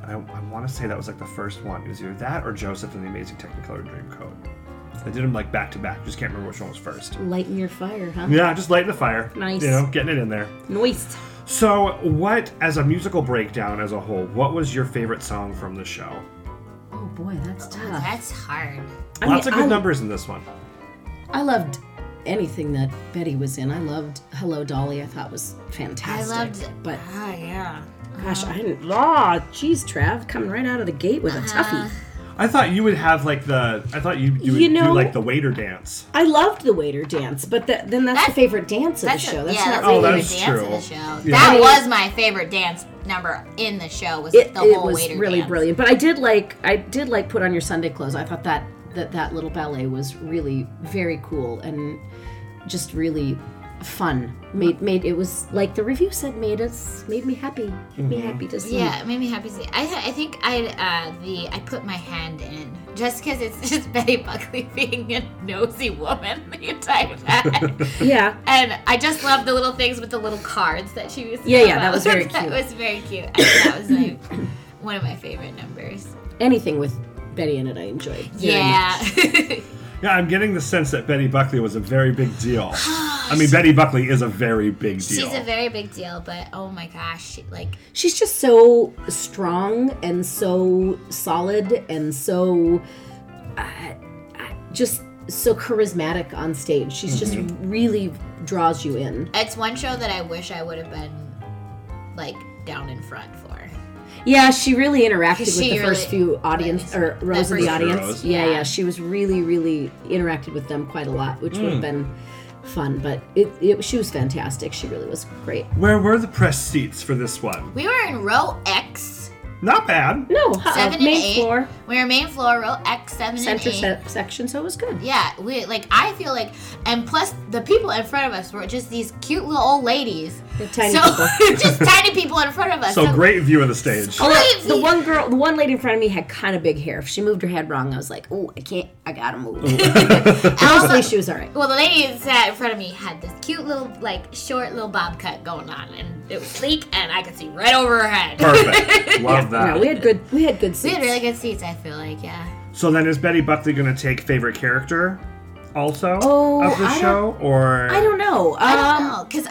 [SPEAKER 3] And I, I want to say that was like the first one. It was either that or Joseph and the Amazing Technicolor Dreamcoat. They did them like back to back. Just can't remember which one was
[SPEAKER 5] Hmm.
[SPEAKER 3] first.
[SPEAKER 4] Lighten your fire, huh?
[SPEAKER 3] Yeah, just lighting the fire.
[SPEAKER 4] Nice.
[SPEAKER 3] You know, getting it in there.
[SPEAKER 4] Noist.
[SPEAKER 3] So, what, as a musical breakdown as a whole, what was your favorite song from the show?
[SPEAKER 4] Oh boy, that's
[SPEAKER 2] Oh,
[SPEAKER 4] tough.
[SPEAKER 2] that's hard.
[SPEAKER 4] I
[SPEAKER 3] Lots
[SPEAKER 4] mean,
[SPEAKER 3] of good
[SPEAKER 4] I-
[SPEAKER 3] numbers in this one.
[SPEAKER 4] I loved anything that Betty was in. I loved Hello Dolly. I thought was fantastic.
[SPEAKER 2] loved-
[SPEAKER 4] but
[SPEAKER 2] Oh, yeah.
[SPEAKER 4] gosh, I didn't. Law, geez, Trav, coming right out of the gate with a
[SPEAKER 2] Uh-huh.
[SPEAKER 4] toughie.
[SPEAKER 3] I thought you would have like the, I thought you would do,
[SPEAKER 4] You know-
[SPEAKER 3] do like the waiter dance.
[SPEAKER 4] I loved the waiter dance, but that then that's,
[SPEAKER 2] That's-
[SPEAKER 4] the favorite dance of the
[SPEAKER 2] That's
[SPEAKER 4] show.
[SPEAKER 2] a-
[SPEAKER 4] that's
[SPEAKER 2] yeah,
[SPEAKER 4] not
[SPEAKER 2] that's
[SPEAKER 3] Oh,
[SPEAKER 2] my
[SPEAKER 4] really.
[SPEAKER 3] that's
[SPEAKER 2] favorite dance of the
[SPEAKER 3] true.
[SPEAKER 2] show.
[SPEAKER 3] Yeah.
[SPEAKER 2] That was my favorite dance number in the show. Was
[SPEAKER 4] it,
[SPEAKER 2] the
[SPEAKER 4] it
[SPEAKER 2] whole
[SPEAKER 4] was
[SPEAKER 2] waiter
[SPEAKER 4] really
[SPEAKER 2] dance.
[SPEAKER 4] brilliant. But I did like I did like put on your Sunday clothes. I thought that that that little ballet was really very cool and just really fun. Made made it was like the review said made us made me happy. Made me happy to see.
[SPEAKER 2] Yeah, it made me happy. To see. I I think I uh, the I put my hand in just because it's *laughs* just Betty Buckley being a nosy woman the entire time.
[SPEAKER 4] *laughs* Yeah.
[SPEAKER 2] and I just love the little things with the little cards that she was.
[SPEAKER 4] Yeah, yeah, that was
[SPEAKER 2] *laughs*
[SPEAKER 4] very
[SPEAKER 2] that
[SPEAKER 4] cute.
[SPEAKER 2] was very cute. I think that was like
[SPEAKER 4] *coughs*
[SPEAKER 2] one of my favorite numbers.
[SPEAKER 4] Anything with Betty in it I enjoyed. Very
[SPEAKER 2] yeah. *laughs*
[SPEAKER 3] Yeah, I'm getting the sense that Betty Buckley was a very big
[SPEAKER 4] *sighs*
[SPEAKER 3] deal. I mean, Betty Buckley is a very big deal.
[SPEAKER 2] She's a very big deal, but oh my gosh, she, like
[SPEAKER 4] she's just so strong and so solid and so uh, uh, just so charismatic on stage. She's just really draws you in.
[SPEAKER 2] it's one show that I wish I would have been like down in front for.
[SPEAKER 4] Yeah, she really interacted with
[SPEAKER 2] She
[SPEAKER 4] the first
[SPEAKER 2] really-
[SPEAKER 4] few audience or rows of
[SPEAKER 2] first
[SPEAKER 4] the
[SPEAKER 2] few
[SPEAKER 4] audience.
[SPEAKER 3] rows.
[SPEAKER 4] Yeah, yeah, she was really, really interacted with them quite a lot, which would have been fun. But it, it, she was fantastic. She really was great.
[SPEAKER 3] Where were the press seats for this one?
[SPEAKER 2] We were in row X,
[SPEAKER 3] Not bad.
[SPEAKER 4] No, uh-uh,
[SPEAKER 2] seven and
[SPEAKER 4] main
[SPEAKER 2] eight.
[SPEAKER 4] floor,
[SPEAKER 2] We were main floor, row X, seven
[SPEAKER 4] center
[SPEAKER 2] and eight.
[SPEAKER 4] se- section, so it was good.
[SPEAKER 2] Yeah, we like I feel like, and plus the people in front of us were just these cute little old ladies.
[SPEAKER 4] The tiny
[SPEAKER 2] so *laughs*
[SPEAKER 4] people.
[SPEAKER 2] just tiny people in front of us.
[SPEAKER 3] So great view of the
[SPEAKER 4] *laughs*
[SPEAKER 3] stage.
[SPEAKER 4] Although,
[SPEAKER 2] Crazy.
[SPEAKER 4] the one girl, the one lady in front of me had kind of big hair. If she moved her head wrong, I was like, "Oh, I can't. I gotta move." *laughs* Honestly, she was
[SPEAKER 2] *laughs*
[SPEAKER 4] all right.
[SPEAKER 2] Well, the lady that sat in front of me had this cute little, like, short little bob cut going on, and it was sleek, and I could see right over her head.
[SPEAKER 3] Perfect. Love that.
[SPEAKER 4] No, we had good. We had
[SPEAKER 2] *laughs*
[SPEAKER 4] good
[SPEAKER 2] We
[SPEAKER 4] seats.
[SPEAKER 2] had really good seats. I feel like, yeah.
[SPEAKER 3] So then, is Betty Buckley going to take favorite character also
[SPEAKER 4] Oh,
[SPEAKER 3] of the
[SPEAKER 4] I don't-
[SPEAKER 3] show, or
[SPEAKER 4] I don't know. Um,
[SPEAKER 2] I
[SPEAKER 4] I,
[SPEAKER 2] don't know, cause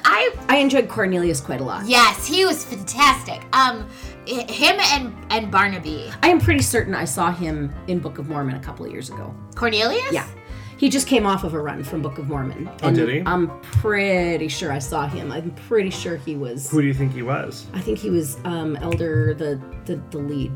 [SPEAKER 2] I
[SPEAKER 4] enjoyed Cornelius quite a lot.
[SPEAKER 2] yes, he was fantastic. Um, h- him and and Barnaby,
[SPEAKER 4] I am pretty certain I saw him in Book of Mormon a couple of years ago.
[SPEAKER 2] Cornelius.
[SPEAKER 4] Yeah. He just came off of a run from Book of Mormon.
[SPEAKER 3] Oh,
[SPEAKER 4] and
[SPEAKER 3] did he?
[SPEAKER 4] I'm pretty sure I saw him. I'm pretty sure he was.
[SPEAKER 3] who do you think he was?
[SPEAKER 4] I think he was um, Elder the, the the lead.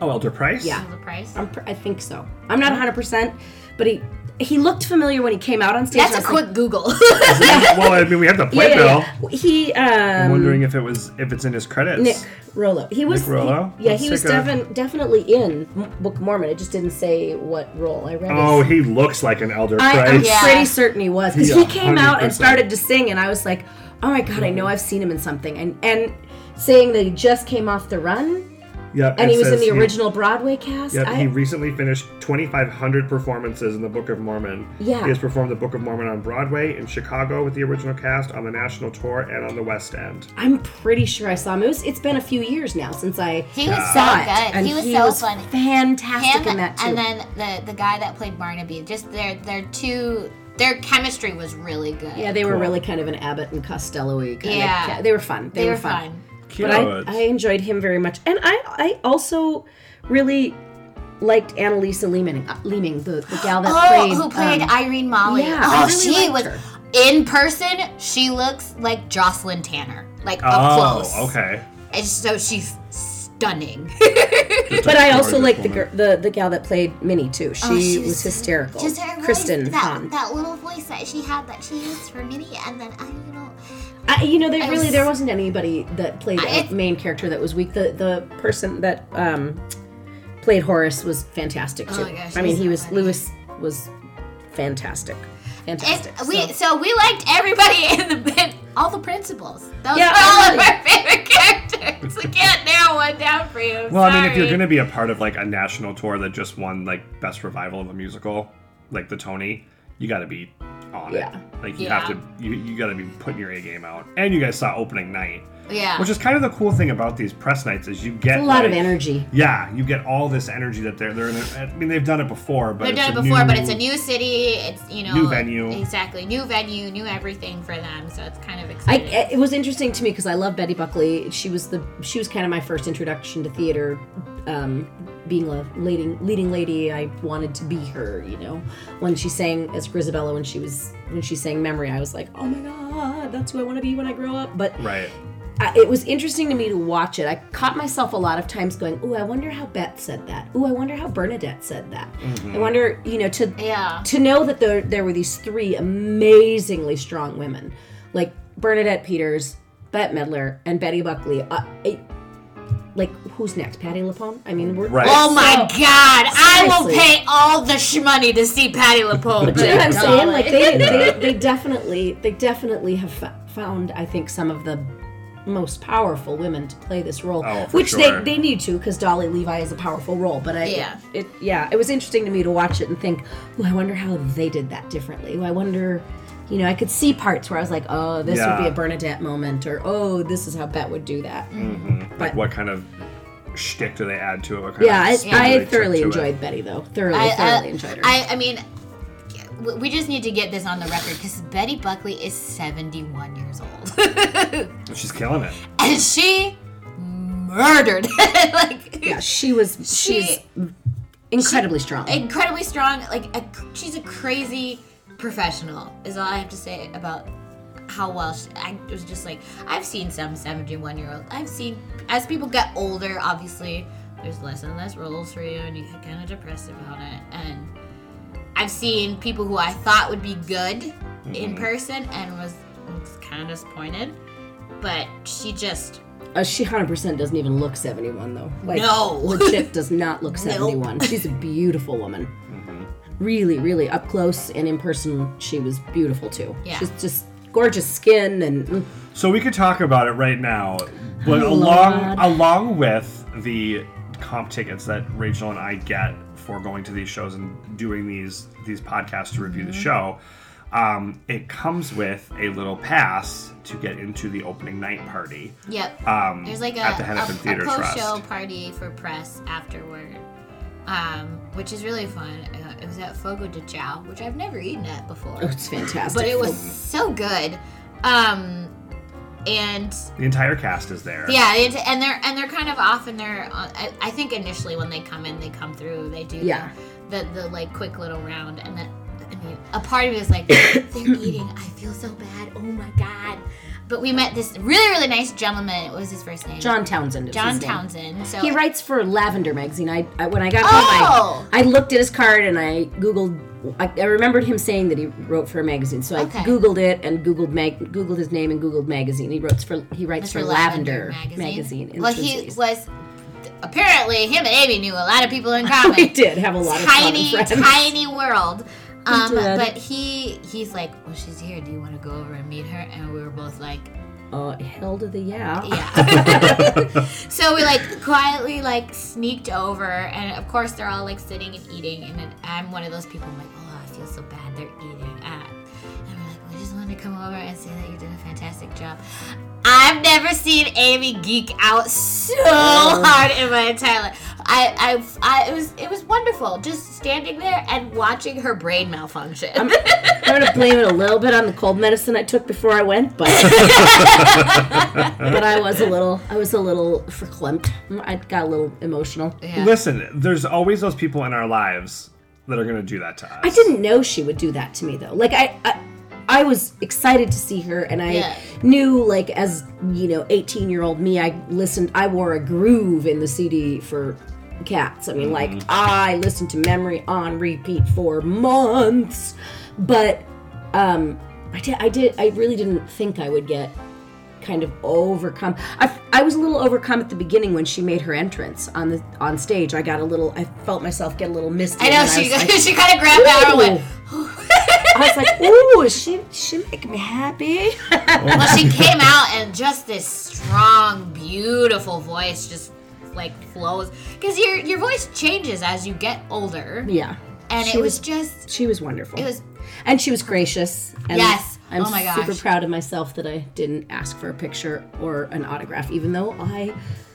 [SPEAKER 3] Oh, Elder Price.
[SPEAKER 4] Yeah.
[SPEAKER 2] The price.
[SPEAKER 4] I'm pr- I think so. I'm not 100, percent but he he looked familiar when he came out on stage.
[SPEAKER 2] That's
[SPEAKER 4] I
[SPEAKER 2] a
[SPEAKER 4] was
[SPEAKER 2] quick Google.
[SPEAKER 4] *laughs*
[SPEAKER 3] well, I mean, we have the
[SPEAKER 4] like,
[SPEAKER 3] playbill.
[SPEAKER 4] He um,
[SPEAKER 3] I'm wondering if it was if it's in his credits.
[SPEAKER 4] Nick Rollo. He was.
[SPEAKER 3] Nick Rollo?
[SPEAKER 4] He, yeah,
[SPEAKER 3] Let's
[SPEAKER 4] he was
[SPEAKER 3] take a-
[SPEAKER 4] defin- definitely in M- Book of Mormon. It just didn't say what role. I read. his-
[SPEAKER 3] Oh, he looks like an Elder
[SPEAKER 4] I, I'm
[SPEAKER 3] Price.
[SPEAKER 2] Yeah.
[SPEAKER 4] pretty certain he was because
[SPEAKER 3] Yeah,
[SPEAKER 4] he came out and
[SPEAKER 3] 100%.
[SPEAKER 4] started to sing, and I was like, "Oh my god, I know I've seen him in something." And and saying that he just came off the run
[SPEAKER 3] Yep,
[SPEAKER 4] and
[SPEAKER 3] it
[SPEAKER 4] he was in
[SPEAKER 3] says he-
[SPEAKER 4] the original Broadway cast.
[SPEAKER 3] Yep,
[SPEAKER 4] I,
[SPEAKER 3] he recently finished 2,500 performances in the Book of Mormon.
[SPEAKER 4] Yeah.
[SPEAKER 3] He has performed the Book of Mormon on Broadway, in Chicago with the original cast, on the national tour, and on the West End.
[SPEAKER 4] I'm pretty sure I saw him. It was, it's been a few years now since I
[SPEAKER 2] he was so
[SPEAKER 4] saw it,
[SPEAKER 2] good.
[SPEAKER 4] and
[SPEAKER 2] he was so funny.
[SPEAKER 4] fantastic
[SPEAKER 2] him
[SPEAKER 4] in that too.
[SPEAKER 2] and then the the guy that played Barnaby. Just their their two their chemistry was really good.
[SPEAKER 4] yeah, they were really kind of an Abbott and Costello-y kind
[SPEAKER 2] Yeah.
[SPEAKER 4] of. ca- They were fun. They,
[SPEAKER 2] they were
[SPEAKER 4] fun.
[SPEAKER 2] fun.
[SPEAKER 3] Cute.
[SPEAKER 4] But I, I enjoyed him very much, and I I also really liked Annalisa Lehman, uh, Leeming, the, the gal that
[SPEAKER 2] Oh,
[SPEAKER 4] played
[SPEAKER 2] who played
[SPEAKER 4] um,
[SPEAKER 2] Irene Molly?
[SPEAKER 4] yeah, I
[SPEAKER 2] oh,
[SPEAKER 4] really
[SPEAKER 2] she
[SPEAKER 4] liked
[SPEAKER 2] was
[SPEAKER 4] her.
[SPEAKER 2] in person. She looks like Jocelyn Tanner, like up
[SPEAKER 3] oh,
[SPEAKER 2] close.
[SPEAKER 3] okay.
[SPEAKER 2] And so she's stunning.
[SPEAKER 4] *laughs* But I also
[SPEAKER 3] Gorgeous
[SPEAKER 4] liked the,
[SPEAKER 3] woman.
[SPEAKER 4] gir- the the gal that played Minnie too. She,
[SPEAKER 2] Oh, she
[SPEAKER 4] was,
[SPEAKER 2] was-
[SPEAKER 4] hysterical.
[SPEAKER 2] Just her voice,
[SPEAKER 4] Kristen
[SPEAKER 2] that,
[SPEAKER 4] Hahn.
[SPEAKER 2] that little voice that she had that she used for Minnie, and then I, you know,
[SPEAKER 4] I, you know, there
[SPEAKER 2] I
[SPEAKER 4] really
[SPEAKER 2] was-
[SPEAKER 4] there wasn't anybody that played
[SPEAKER 2] I-
[SPEAKER 4] a
[SPEAKER 2] it's-
[SPEAKER 4] main character that was weak. The the person that um, played Horace was fantastic too.
[SPEAKER 2] Oh my gosh,
[SPEAKER 4] I mean,
[SPEAKER 2] he's
[SPEAKER 4] he
[SPEAKER 2] so
[SPEAKER 4] was
[SPEAKER 2] funny.
[SPEAKER 4] Lewis was fantastic,
[SPEAKER 2] it's,
[SPEAKER 4] fantastic.
[SPEAKER 2] we
[SPEAKER 4] So-
[SPEAKER 2] so we liked everybody *laughs* in the band, all the principals. Those
[SPEAKER 4] Yeah,
[SPEAKER 2] were all of
[SPEAKER 4] I
[SPEAKER 2] our favorite *laughs* characters. I can't narrow one down for you.
[SPEAKER 3] Well, I mean, if you're
[SPEAKER 2] sorry.
[SPEAKER 3] going to be a part of like a national tour that just won like best revival of a musical, like the Tony, you got to be on
[SPEAKER 4] Yeah.
[SPEAKER 3] it. Like you have
[SPEAKER 2] Yeah.
[SPEAKER 3] to, you, you got to be putting your A game out. And you guys saw opening night,
[SPEAKER 2] yeah,
[SPEAKER 3] which is kind of the cool thing about these press nights is you get
[SPEAKER 4] a lot of
[SPEAKER 3] like-
[SPEAKER 4] energy.
[SPEAKER 3] Yeah, you get all this energy that they're they're. In a, I mean, they've done it before, but
[SPEAKER 2] They've
[SPEAKER 3] it's
[SPEAKER 2] done it
[SPEAKER 3] a
[SPEAKER 2] before,
[SPEAKER 3] new,
[SPEAKER 2] but it's a new city. It's you know
[SPEAKER 3] new venue.
[SPEAKER 2] Exactly, new venue, new everything for them. So it's kind of
[SPEAKER 4] I,
[SPEAKER 2] exciting.
[SPEAKER 4] it was interesting to me because I love Betty Buckley. She was the she was kind of my first introduction to theater. Um, being a leading leading lady, I wanted to be her. You know, when she sang as Grisabella, when she was when she sang Memory, I was like, oh my god, that's who I want to be when I grow up. But
[SPEAKER 3] right.
[SPEAKER 4] I, it was interesting to me to watch it. I caught myself a lot of times going, "Ooh, I wonder how Beth said that. Ooh, I wonder how Bernadette said that. I wonder, you know, to
[SPEAKER 2] yeah,
[SPEAKER 4] to know that there there were these three amazingly strong women, like Bernadette Peters, Bette Midler, and Betty Buckley. Uh, it, like who's next? Patty LaPone? I mean, we're
[SPEAKER 3] Right.
[SPEAKER 2] Oh my god! I will
[SPEAKER 4] Seriously.
[SPEAKER 2] pay all the shmoney to see
[SPEAKER 3] *laughs*
[SPEAKER 2] Patty LaPointe.
[SPEAKER 4] Do you know what I'm saying?
[SPEAKER 2] darling. *laughs*
[SPEAKER 4] Like they, they, they definitely, they definitely have fo- found, I think, some of the most powerful women to play this role,
[SPEAKER 3] Oh, for
[SPEAKER 4] which
[SPEAKER 3] sure.
[SPEAKER 4] they, they need to because Dolly Levi is a powerful role. But I,
[SPEAKER 2] Yeah.
[SPEAKER 4] it, yeah, it was interesting to me to watch it and think, oh, I wonder how they did that differently. Ooh, I wonder, you know, I could see parts where I was like, oh, this would be
[SPEAKER 3] Yeah.
[SPEAKER 4] a Bernadette moment, or oh, this is how Bet would do that.
[SPEAKER 3] Mm-hmm. Like,
[SPEAKER 4] But-
[SPEAKER 3] what kind of shtick do they add to it? What kind
[SPEAKER 4] Yeah, I,
[SPEAKER 3] of spin do they
[SPEAKER 4] I
[SPEAKER 3] took
[SPEAKER 4] thoroughly
[SPEAKER 3] to it?
[SPEAKER 4] enjoyed Betty though. Thoroughly,
[SPEAKER 2] I,
[SPEAKER 4] thoroughly
[SPEAKER 2] I,
[SPEAKER 4] enjoyed her.
[SPEAKER 2] I, I mean, w- we just need to get this on the record because Betty Buckley is 71 years old, *laughs*
[SPEAKER 3] She's killing it.
[SPEAKER 2] and she murdered. *laughs* like
[SPEAKER 4] yeah, she was.
[SPEAKER 2] she-
[SPEAKER 4] She's incredibly strong.
[SPEAKER 2] incredibly strong. Like a, she's a crazy professional. Is all I have to say about how well she, I was just like I've seen some 71 year old. I've seen as people get older, obviously there's less and less roles for you, and you get kind of depressed about it. And I've seen people who I thought would be good
[SPEAKER 4] Mm-hmm.
[SPEAKER 2] in person and was, was kind of disappointed, but she just
[SPEAKER 4] Uh, she hundred percent doesn't even look seventy one though. Like, *laughs*
[SPEAKER 2] No.
[SPEAKER 4] legit does not
[SPEAKER 2] *laughs*
[SPEAKER 4] look seventy one. She's a beautiful woman.
[SPEAKER 2] Mm-hmm.
[SPEAKER 4] Really, really up close and in person, she was beautiful too.
[SPEAKER 2] Yeah.
[SPEAKER 4] she's just gorgeous skin and mm,
[SPEAKER 3] So we could talk about it right now, but along along with the comp tickets that Rachel and I get for going to these shows and doing these these podcasts to review the
[SPEAKER 4] Mm-hmm.
[SPEAKER 3] show, um, it comes with a little pass to get into the opening night party.
[SPEAKER 2] Yep.
[SPEAKER 3] Um,
[SPEAKER 2] There's like a,
[SPEAKER 3] at the Hennepin
[SPEAKER 2] a- a
[SPEAKER 3] Theater Trust.
[SPEAKER 2] post-show party for press afterward, um, which is really fun. Uh, It was at Fogo de Chao, which I've never eaten at before,
[SPEAKER 4] oh, it's fantastic. Oh,
[SPEAKER 2] but it was so good. Um, and
[SPEAKER 3] The entire cast is there. *laughs*
[SPEAKER 2] yeah, it, and they're and they're kind of off in their. uh, I, I think initially when they come in, they come through. They do
[SPEAKER 4] Yeah.
[SPEAKER 2] the, the the like quick little round, and then I mean, a part of me is like,
[SPEAKER 4] *coughs*
[SPEAKER 2] they're eating. I feel so bad. Oh my god. But we met this really, really nice gentleman. What was his first name?
[SPEAKER 4] John Townsend. is
[SPEAKER 2] John
[SPEAKER 4] his name.
[SPEAKER 2] Townsend. So
[SPEAKER 4] He writes for Lavender magazine. I, I when I got
[SPEAKER 2] Oh!
[SPEAKER 4] home, I, I looked at his card and I googled. I, I remembered him saying that he wrote for a magazine, so I
[SPEAKER 2] Okay.
[SPEAKER 4] googled it and googled mag, googled his name and googled magazine. He writes for he writes
[SPEAKER 2] Mr.
[SPEAKER 4] for Lavender, magazine. in
[SPEAKER 2] well, he
[SPEAKER 4] Twizzies.
[SPEAKER 2] was apparently him and Amy knew a lot of people
[SPEAKER 4] *laughs*
[SPEAKER 2] in common.
[SPEAKER 4] we did have a lot of
[SPEAKER 2] tiny,
[SPEAKER 4] common friends. *laughs*
[SPEAKER 2] tiny world. Um,
[SPEAKER 4] did.
[SPEAKER 2] but he he's like, well, she's here. Do you want to go over and meet her? And we were both like,
[SPEAKER 4] Uh, hell to the yeah.
[SPEAKER 2] yeah. so we like quietly like sneaked over, and of course they're all like sitting and eating, and then I'm one of those people. I'm like, oh, I feel so bad. They're eating. Uh, and we're like, we just wanted to come over and say that you did a fantastic job. I've never seen Amy geek out so hard in my entire life. I, I, I, it was, it was wonderful. Just standing there and watching her brain malfunction.
[SPEAKER 4] *laughs* I'm *laughs* gonna blame it a little bit on the cold medicine I took before I
[SPEAKER 2] *laughs*
[SPEAKER 4] went, but *laughs* but I was a little I was a little verklempt. I got a little emotional.
[SPEAKER 2] *laughs* Yeah.
[SPEAKER 3] Listen, there's always those people in our lives that are going to do that to us.
[SPEAKER 4] I didn't know she would do that to me though. Like I, I, I was excited to see her, and I
[SPEAKER 2] Yeah.
[SPEAKER 4] knew like as you know, eighteen year old me, I listened. I wore a groove in the CD for cats. I mean,
[SPEAKER 2] Mm-hmm.
[SPEAKER 4] like I listened to Memory on repeat for months, but um, I did. I did. I really didn't think I would get kind of overcome. I, I was a little overcome at the beginning when she made her entrance on the on stage. I got a little. I felt myself get a little misty.
[SPEAKER 2] I
[SPEAKER 4] and
[SPEAKER 2] know *laughs*
[SPEAKER 4] then
[SPEAKER 2] she,
[SPEAKER 4] was like,
[SPEAKER 2] she kind of grabbed out and went. *laughs*
[SPEAKER 4] I was like, ooh, *laughs* is she she make me happy.
[SPEAKER 2] Well, she came out and just this strong, beautiful voice just like flows because your your voice changes as you get older,
[SPEAKER 4] *laughs* yeah,
[SPEAKER 2] and
[SPEAKER 4] she
[SPEAKER 2] it was just
[SPEAKER 4] she was wonderful.
[SPEAKER 2] it was
[SPEAKER 4] and she was gracious. And
[SPEAKER 2] Yes.
[SPEAKER 4] I'm
[SPEAKER 2] Oh my gosh.
[SPEAKER 4] super proud of myself that I didn't ask for a picture or an autograph, even though I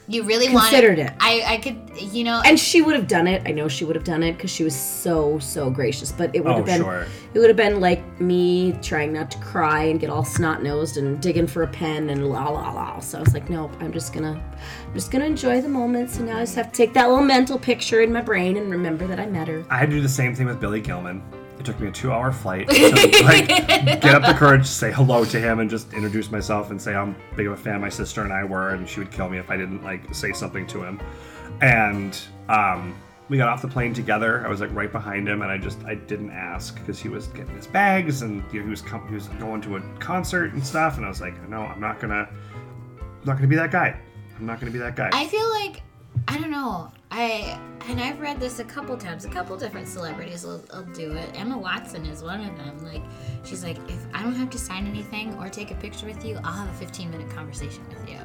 [SPEAKER 2] you really
[SPEAKER 4] Considered
[SPEAKER 2] wanted,
[SPEAKER 4] it.
[SPEAKER 2] I I could you know
[SPEAKER 4] and she would have done it. I know she would have done it because she was so so gracious. But it would
[SPEAKER 3] Oh,
[SPEAKER 4] have been
[SPEAKER 3] sure.
[SPEAKER 4] it would have been like me trying not to cry and get all snot nosed and digging for a pen and la la la. So I was like, nope, I'm just gonna I'm just gonna enjoy the moment. So now I just have to take that little mental picture in my brain and remember that I met her.
[SPEAKER 3] I had to do the same thing with Billy Gilman. It took me a two-hour flight to like get up the courage to say hello to him and just introduce myself and say how big of a fan my sister and I were, and she would kill me if I didn't like say something to him. And um, we got off the plane together. I was like right behind him, and I just I didn't ask because he was getting his bags and you know, he was com- he was going to a concert and stuff, and I was like, no, I'm not gonna I'm not gonna be that guy. I'm not going to be that guy.
[SPEAKER 2] I feel like I don't know. I and I've read this a couple times. A couple different celebrities will, will do it. Emma Watson is one of them. Like she's like, if I don't have to sign anything or take a picture with you, I'll have a 15 minute conversation with you.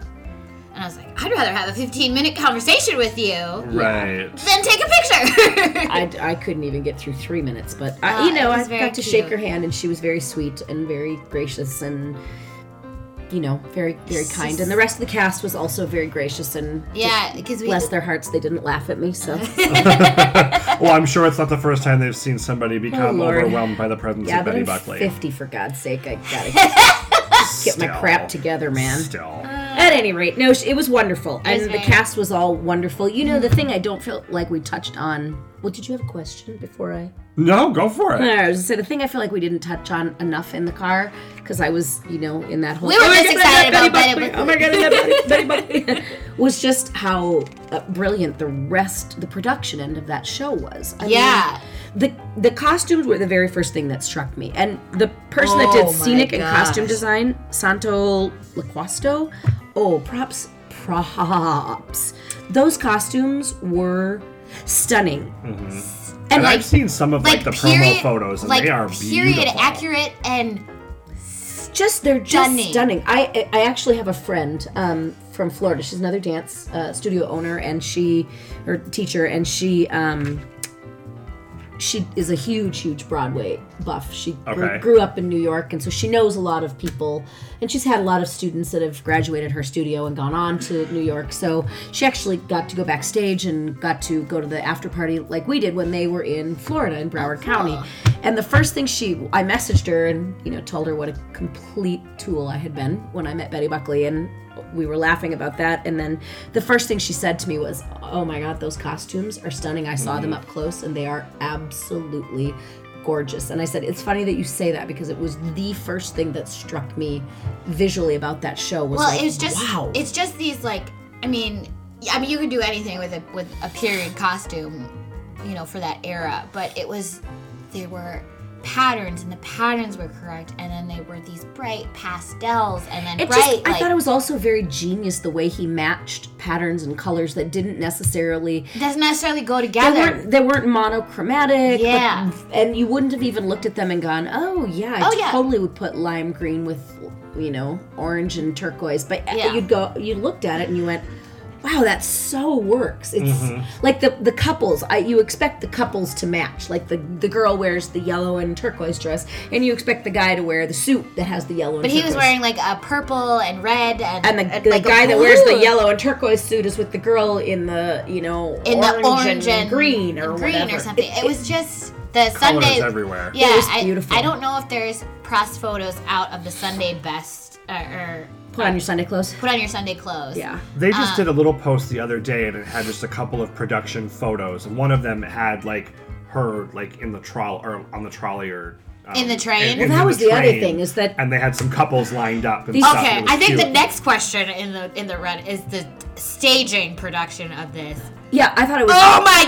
[SPEAKER 2] And I was like, I'd rather have a 15 minute conversation with you
[SPEAKER 3] right.
[SPEAKER 2] than take a picture.
[SPEAKER 4] I, I couldn't even get through three minutes, but I, you
[SPEAKER 2] Ah,
[SPEAKER 4] know,
[SPEAKER 2] it
[SPEAKER 4] I
[SPEAKER 2] was
[SPEAKER 4] got
[SPEAKER 2] very
[SPEAKER 4] to shake
[SPEAKER 2] cute.
[SPEAKER 4] her hand, and she was very sweet and very gracious, and you know, very very
[SPEAKER 2] It's
[SPEAKER 4] kind.
[SPEAKER 2] just-
[SPEAKER 4] And the rest of the cast was also very gracious, and
[SPEAKER 2] *laughs* yeah, because we
[SPEAKER 4] bless their hearts, they didn't laugh at me. *laughs* So
[SPEAKER 3] Well, I'm sure it's not the first time they've seen somebody become
[SPEAKER 4] Oh, Lord.
[SPEAKER 3] overwhelmed by the presence
[SPEAKER 4] yeah,
[SPEAKER 3] of
[SPEAKER 4] but
[SPEAKER 3] Betty
[SPEAKER 4] I'm
[SPEAKER 3] Buckley.
[SPEAKER 4] fifty for God's sake. I *laughs* gotta get my
[SPEAKER 3] Still.
[SPEAKER 4] crap together, man.
[SPEAKER 3] Still.
[SPEAKER 4] At any rate, no, sh- it was Mm-hmm. wonderful, and
[SPEAKER 2] was
[SPEAKER 4] the
[SPEAKER 2] very-
[SPEAKER 4] cast was all wonderful. You know, the thing I don't feel like we touched on. Well, did you have a question before I?
[SPEAKER 3] No, go for it.
[SPEAKER 4] No, I was gonna say the thing I feel like we didn't touch on enough in the car because I was, you know, in that whole. Oh
[SPEAKER 2] We were
[SPEAKER 4] my
[SPEAKER 2] just
[SPEAKER 4] God,
[SPEAKER 2] excited
[SPEAKER 4] Betty
[SPEAKER 2] about Betty
[SPEAKER 4] Buckley,
[SPEAKER 2] Buckley."
[SPEAKER 4] Oh my god, I love Betty, *laughs* Betty Buckley. was just how uh, brilliant the rest, the production end of that show was. I mean,
[SPEAKER 2] Yeah.
[SPEAKER 4] the the costumes were the very first thing that struck me, and the person that
[SPEAKER 2] Oh my
[SPEAKER 4] did scenic and costume
[SPEAKER 2] gosh.
[SPEAKER 4] design, Santo Laquasto. Oh, props, props. Those costumes were stunning, and,
[SPEAKER 3] And
[SPEAKER 4] like
[SPEAKER 3] I've seen some of like, the
[SPEAKER 2] period,
[SPEAKER 3] promo photos, and
[SPEAKER 2] like
[SPEAKER 3] they are
[SPEAKER 2] period
[SPEAKER 3] beautiful.
[SPEAKER 2] accurate and
[SPEAKER 4] just they're just
[SPEAKER 2] Stunning.
[SPEAKER 4] stunning. I I actually have a friend um, from Florida. She's another dance uh, studio owner and she or teacher and she um, she is a huge huge Broadway buff. She
[SPEAKER 3] Okay.
[SPEAKER 4] grew, grew up in New York and so she knows a lot of people and she's had a lot of students that have graduated her studio and gone on to New York. So she actually got to go backstage and got to go to the after party like we did when they were in Florida in Broward County. And the first thing she, I messaged her and you know told her what a complete tool I had been when I met Betty Buckley, and we were laughing about that. And then the first thing she said to me was, "Oh my God, those costumes are stunning. I saw them up close, and they are absolutely." Gorgeous, and I said it's funny that you say that because it was the first thing that struck me visually about that show was
[SPEAKER 2] well
[SPEAKER 4] like,
[SPEAKER 2] it's just
[SPEAKER 4] wow,
[SPEAKER 2] it's just these like i mean i mean you could do anything with a with a period costume you know for that era but it was there were patterns and the patterns were correct and then they were these bright pastels and then
[SPEAKER 4] It
[SPEAKER 2] bright
[SPEAKER 4] just, I
[SPEAKER 2] like
[SPEAKER 4] thought it was also very genius the way he matched patterns and colors that didn't necessarily
[SPEAKER 2] doesn't necessarily go
[SPEAKER 4] they
[SPEAKER 2] together
[SPEAKER 4] weren't they weren't monochromatic. but-
[SPEAKER 2] Yeah.
[SPEAKER 4] and you wouldn't have even looked at them and gone, "Oh yeah, I
[SPEAKER 2] Oh, yeah.
[SPEAKER 4] totally would put lime green with you know orange and turquoise." But uh,
[SPEAKER 2] Yeah.
[SPEAKER 4] you'd go, you looked at it and you went. Wow, that so works. It's like the the couples. I, you expect the couples to match. Like the the girl wears the yellow and turquoise dress, and you expect the guy to wear the suit that has the yellow.
[SPEAKER 2] but he was wearing like a purple and red and
[SPEAKER 4] and the, the
[SPEAKER 2] like a
[SPEAKER 4] guy that wears the
[SPEAKER 2] blue.
[SPEAKER 4] yellow and turquoise suit is with the girl in the you know
[SPEAKER 2] in
[SPEAKER 4] orange
[SPEAKER 2] the orange
[SPEAKER 4] and,
[SPEAKER 2] and
[SPEAKER 4] green or
[SPEAKER 2] and green
[SPEAKER 4] whatever.
[SPEAKER 2] or something it, was just the
[SPEAKER 3] Colors
[SPEAKER 2] sunday
[SPEAKER 3] everywhere.
[SPEAKER 2] Yeah,
[SPEAKER 4] It was
[SPEAKER 2] I-
[SPEAKER 4] beautiful.
[SPEAKER 2] I, don't know if there's press photos out of the Sunday best or, or
[SPEAKER 4] Put on your Sunday clothes.
[SPEAKER 2] put on your Sunday clothes.
[SPEAKER 4] Yeah,
[SPEAKER 3] They
[SPEAKER 4] uh.
[SPEAKER 3] just did a little post the other day, and it had just a couple of production photos. And one of them had like her like in the trolley or on the trolley or um,
[SPEAKER 2] In the train?
[SPEAKER 4] Well, that was the other
[SPEAKER 3] train.
[SPEAKER 4] thing, is that-
[SPEAKER 3] and they had some couples lined up. And
[SPEAKER 4] These-
[SPEAKER 3] stuff, and
[SPEAKER 2] Okay,
[SPEAKER 3] it was
[SPEAKER 2] I think the
[SPEAKER 3] cute.
[SPEAKER 2] next question in the in the run is the staging production of this.
[SPEAKER 4] yeah. I thought it was
[SPEAKER 2] Oh my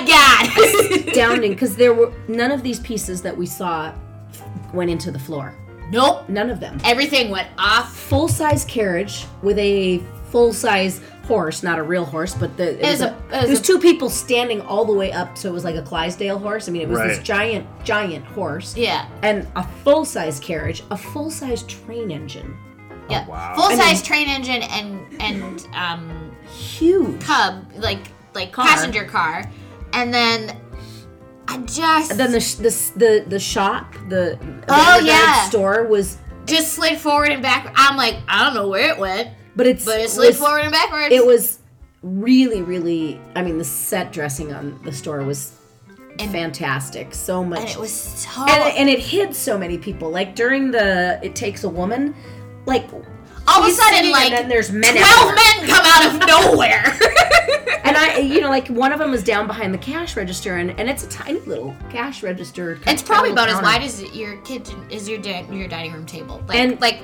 [SPEAKER 4] *laughs*
[SPEAKER 2] god! *laughs*
[SPEAKER 4] astounding because there were none of these pieces that we saw went into the floor.
[SPEAKER 2] nope,
[SPEAKER 4] None of them.
[SPEAKER 2] everything went off.
[SPEAKER 4] Full size carriage with a full size horse, not a real horse, but the it,
[SPEAKER 2] was a- it was
[SPEAKER 4] there's
[SPEAKER 2] a-
[SPEAKER 4] two people standing all the way up, so it was like a Clydesdale horse. I mean, it was this
[SPEAKER 3] Right.
[SPEAKER 4] giant, giant horse.
[SPEAKER 2] Yeah,
[SPEAKER 3] Oh,
[SPEAKER 4] and a full size carriage, a full size train engine,
[SPEAKER 2] yeah.
[SPEAKER 3] wow.
[SPEAKER 2] Full size train engine and and um
[SPEAKER 4] huge.
[SPEAKER 2] cub like like
[SPEAKER 4] Car.
[SPEAKER 2] passenger car, and then I just
[SPEAKER 4] And then the sh- the s- the the shop, the, the
[SPEAKER 2] Oh,
[SPEAKER 4] underground
[SPEAKER 2] yeah.
[SPEAKER 4] store was,
[SPEAKER 2] just slid forward and back. I'm like I don't know where it went.
[SPEAKER 4] but it's
[SPEAKER 2] But it slid
[SPEAKER 4] was-
[SPEAKER 2] forward and backwards.
[SPEAKER 4] It was really really. I mean, the set dressing on the store was fantastic. So much.
[SPEAKER 2] and it was so.
[SPEAKER 4] and, it- and it hid so many people. Like during the "It Takes a Woman," like
[SPEAKER 2] all of a
[SPEAKER 4] he's
[SPEAKER 2] sudden,
[SPEAKER 4] sitting
[SPEAKER 2] like
[SPEAKER 4] and then there's men. everywhere.
[SPEAKER 2] twelve men come out
[SPEAKER 4] *laughs*
[SPEAKER 2] of nowhere.
[SPEAKER 4] And I, you know, like one of them was down behind the cash register, and, and it's a tiny little cash register.
[SPEAKER 2] it's probably about as
[SPEAKER 4] counter.
[SPEAKER 2] wide as your kitchen is your din- your dining room table. Like,
[SPEAKER 4] And-
[SPEAKER 2] like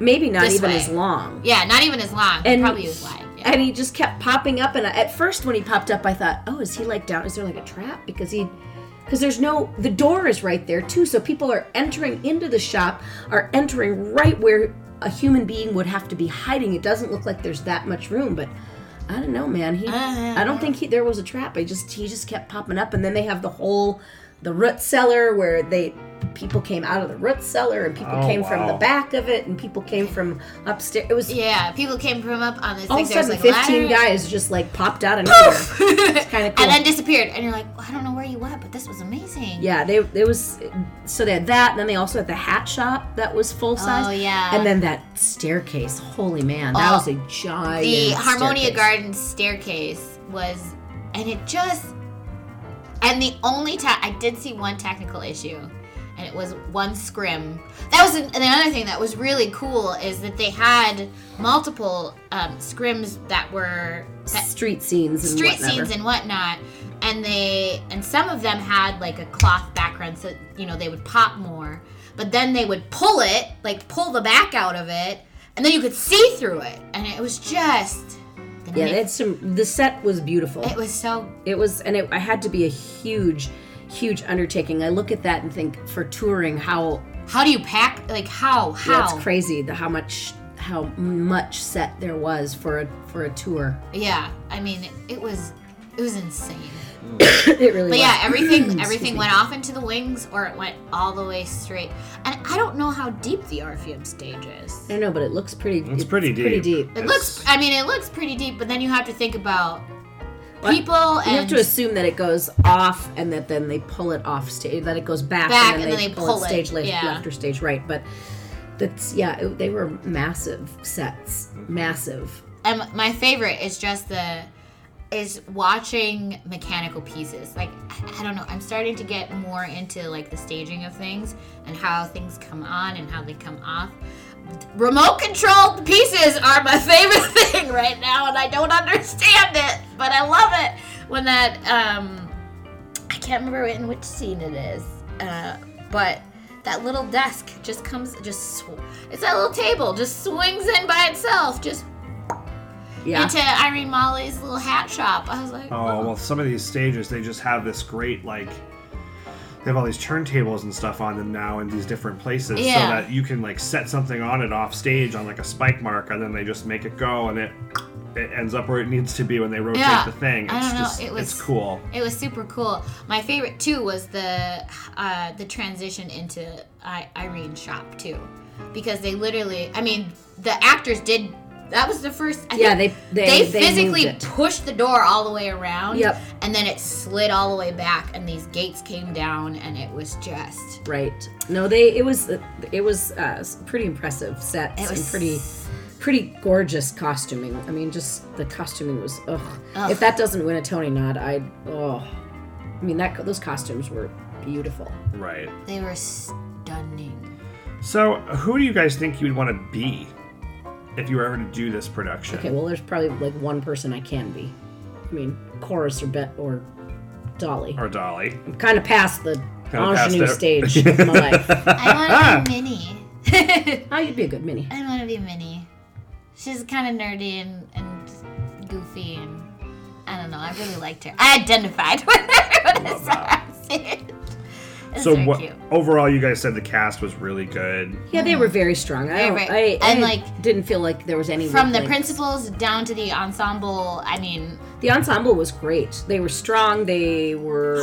[SPEAKER 4] maybe not
[SPEAKER 2] this
[SPEAKER 4] even
[SPEAKER 2] way.
[SPEAKER 4] as long.
[SPEAKER 2] yeah, not even as long.
[SPEAKER 4] And-
[SPEAKER 2] probably as wide. Yeah.
[SPEAKER 4] And he just kept popping up, and I, at first when he popped up, I thought, oh, is he like down? Is there like a trap? Because he, because there's no, the door is right there too, so people are entering into the shop, are entering right where a human being would have to be hiding. It doesn't look like there's that much room, but I don't know, man. He,
[SPEAKER 2] Uh,
[SPEAKER 4] I don't think he there was a trap. I just he just kept popping up, and then they have the whole the root cellar where they people came out of the root cellar, and people
[SPEAKER 3] Oh,
[SPEAKER 4] came from the
[SPEAKER 3] wow.
[SPEAKER 4] back of it, and people came from upstairs. It was
[SPEAKER 2] Yeah, people came from up on this.
[SPEAKER 4] all
[SPEAKER 2] like,
[SPEAKER 4] of a
[SPEAKER 2] there was,
[SPEAKER 4] sudden
[SPEAKER 2] like,
[SPEAKER 4] fifteen
[SPEAKER 2] ladder- *laughs*
[SPEAKER 4] guys just like popped out of nowhere. it's kind of cool.
[SPEAKER 2] and then disappeared. And you're like, well, I don't know where you went, but this was amazing.
[SPEAKER 4] yeah, they it was so they had that, and then they also had the hat shop that was full size.
[SPEAKER 2] Oh, yeah.
[SPEAKER 4] and then that staircase. Holy man, that
[SPEAKER 2] Oh,
[SPEAKER 4] was a giant.
[SPEAKER 2] the Harmonia
[SPEAKER 4] staircase.
[SPEAKER 2] Gardens staircase was, and it just, and the only time I did see one technical issue, and it was one scrim. That was an- and the other thing that was really cool is that they had multiple um, scrims that were that
[SPEAKER 4] street scenes, and
[SPEAKER 2] street
[SPEAKER 4] whatever.
[SPEAKER 2] scenes and whatnot and they and some of them had like a cloth background so you know they would pop more but then they would pull it like pull the back out of it and then you could see through it and it was just the
[SPEAKER 4] Yeah,
[SPEAKER 2] ni-
[SPEAKER 4] they had some. The set was beautiful.
[SPEAKER 2] it was so
[SPEAKER 4] It was, and it, I had to be a huge, huge undertaking. I look at that and think for touring, how
[SPEAKER 2] how do you pack like how how
[SPEAKER 4] that's crazy. The how much, how much set there was for a for a tour. *laughs*
[SPEAKER 2] yeah i mean it was it was insane
[SPEAKER 4] it really.
[SPEAKER 2] But
[SPEAKER 4] was. *clears throat*
[SPEAKER 2] yeah, everything
[SPEAKER 4] Excuse
[SPEAKER 2] everything
[SPEAKER 4] me.
[SPEAKER 2] went off into the wings, or it went all the way straight. And I don't know how deep the Orpheum stage is.
[SPEAKER 4] I don't know, but it looks pretty.
[SPEAKER 3] It's pretty deep.
[SPEAKER 4] Pretty deep.
[SPEAKER 2] It looks. I mean, it looks pretty deep, but then you have to think about
[SPEAKER 4] What?
[SPEAKER 2] people
[SPEAKER 4] You
[SPEAKER 2] and
[SPEAKER 4] have to assume that it goes off, and that then they pull it off stage. That it goes back,
[SPEAKER 2] Back,
[SPEAKER 4] and then, they, pull, it stage left,
[SPEAKER 2] yeah.
[SPEAKER 4] left or stage right. But that's yeah, it, they were massive sets, massive.
[SPEAKER 2] and my favorite is just the is watching mechanical pieces. Like I I don't know, I'm starting to get more into like the staging of things and how things come on and how they come off. Remote controlled pieces are my *laughs* favorite thing right now and I don't understand it, but I love it when that um I can't remember in which scene it is. Uh but that little desk just comes just sw- it's that little table just swings in by itself just
[SPEAKER 4] Yeah,
[SPEAKER 2] into Irene Molly's little hat shop. I was like,
[SPEAKER 3] Oh well, some of these stages they just have this great like they have all these turntables and stuff on them now in these different places,
[SPEAKER 2] Yeah.
[SPEAKER 3] so that you can like set something on and off stage on like a spike mark, and then they just make it go, and it it ends up where it needs to be when they rotate
[SPEAKER 2] Yeah.
[SPEAKER 3] the thing. It's
[SPEAKER 2] I don't know,
[SPEAKER 3] just
[SPEAKER 2] it was-
[SPEAKER 3] it's cool.
[SPEAKER 2] it was super cool. My favorite too was the uh, the transition into I- Irene's shop too, because they literally, I mean, the actors did. That was the first. I
[SPEAKER 4] yeah,
[SPEAKER 2] think
[SPEAKER 4] they they
[SPEAKER 2] they,
[SPEAKER 4] they
[SPEAKER 2] physically
[SPEAKER 4] moved it.
[SPEAKER 2] pushed the door all the way around.
[SPEAKER 4] Yep.
[SPEAKER 2] And then it slid all the way back, and these gates came down, and it was just.
[SPEAKER 4] Right. No, they. It was. It was uh, pretty impressive sets
[SPEAKER 2] It was
[SPEAKER 4] and pretty, pretty gorgeous costuming. I mean, just the costuming was. Ugh. If that doesn't win a Tony nod, I. Oh. I mean, that those costumes were beautiful.
[SPEAKER 3] Right.
[SPEAKER 2] They
[SPEAKER 3] *laughs*
[SPEAKER 2] were stunning.
[SPEAKER 3] So, who do you guys think you'd want to be if you were ever to do this production?
[SPEAKER 4] Okay. Well, there's probably like one person I can be. I mean, chorus or bet or Dolly.
[SPEAKER 3] Or Dolly?
[SPEAKER 4] I'm kind of past the
[SPEAKER 3] Kinda past
[SPEAKER 4] ingenue
[SPEAKER 3] it. *laughs*
[SPEAKER 4] stage of my life.
[SPEAKER 2] I want to be *laughs* Minnie.
[SPEAKER 4] Oh, you'd be a good mini.
[SPEAKER 2] I want to be Minnie. She's kind of nerdy and, and goofy, and I don't know. I really liked her. I identified *laughs* with her when I saw her on stage. It was *laughs*
[SPEAKER 3] So,
[SPEAKER 2] very
[SPEAKER 3] what?
[SPEAKER 2] cute.
[SPEAKER 3] Overall, you guys said the cast was really good.
[SPEAKER 4] Yeah, they were very strong. I,
[SPEAKER 2] Very,
[SPEAKER 4] don't-
[SPEAKER 2] very-
[SPEAKER 4] I, I
[SPEAKER 2] and, like,
[SPEAKER 4] didn't feel like there was any
[SPEAKER 2] From the
[SPEAKER 4] weak links.
[SPEAKER 2] principals down to the ensemble, I mean,
[SPEAKER 4] The ensemble was great. They were strong.
[SPEAKER 2] *gasps*
[SPEAKER 4] They were.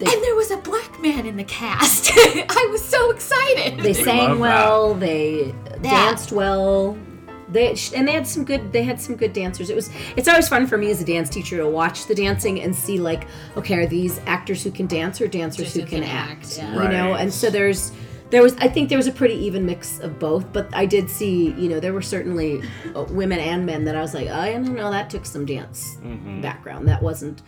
[SPEAKER 4] They,
[SPEAKER 2] and there was a black man in the cast. *laughs* I was so excited.
[SPEAKER 4] they sang
[SPEAKER 3] love
[SPEAKER 4] well. They danced well. They sh- and they had some good. They had some good dancers. It was. It's always fun for me as a dance teacher to watch the dancing and see like, okay, are these actors who can dance or dancers who can, act?
[SPEAKER 2] yeah.
[SPEAKER 4] You know,
[SPEAKER 3] Right.
[SPEAKER 4] and so there's. There was, I think, there was a pretty even mix of both, but I did see, you know, there were certainly uh, women and men that I was like, oh, I don't know, that took some dance
[SPEAKER 3] Mm-hmm.
[SPEAKER 2] Mm.
[SPEAKER 4] background. That wasn't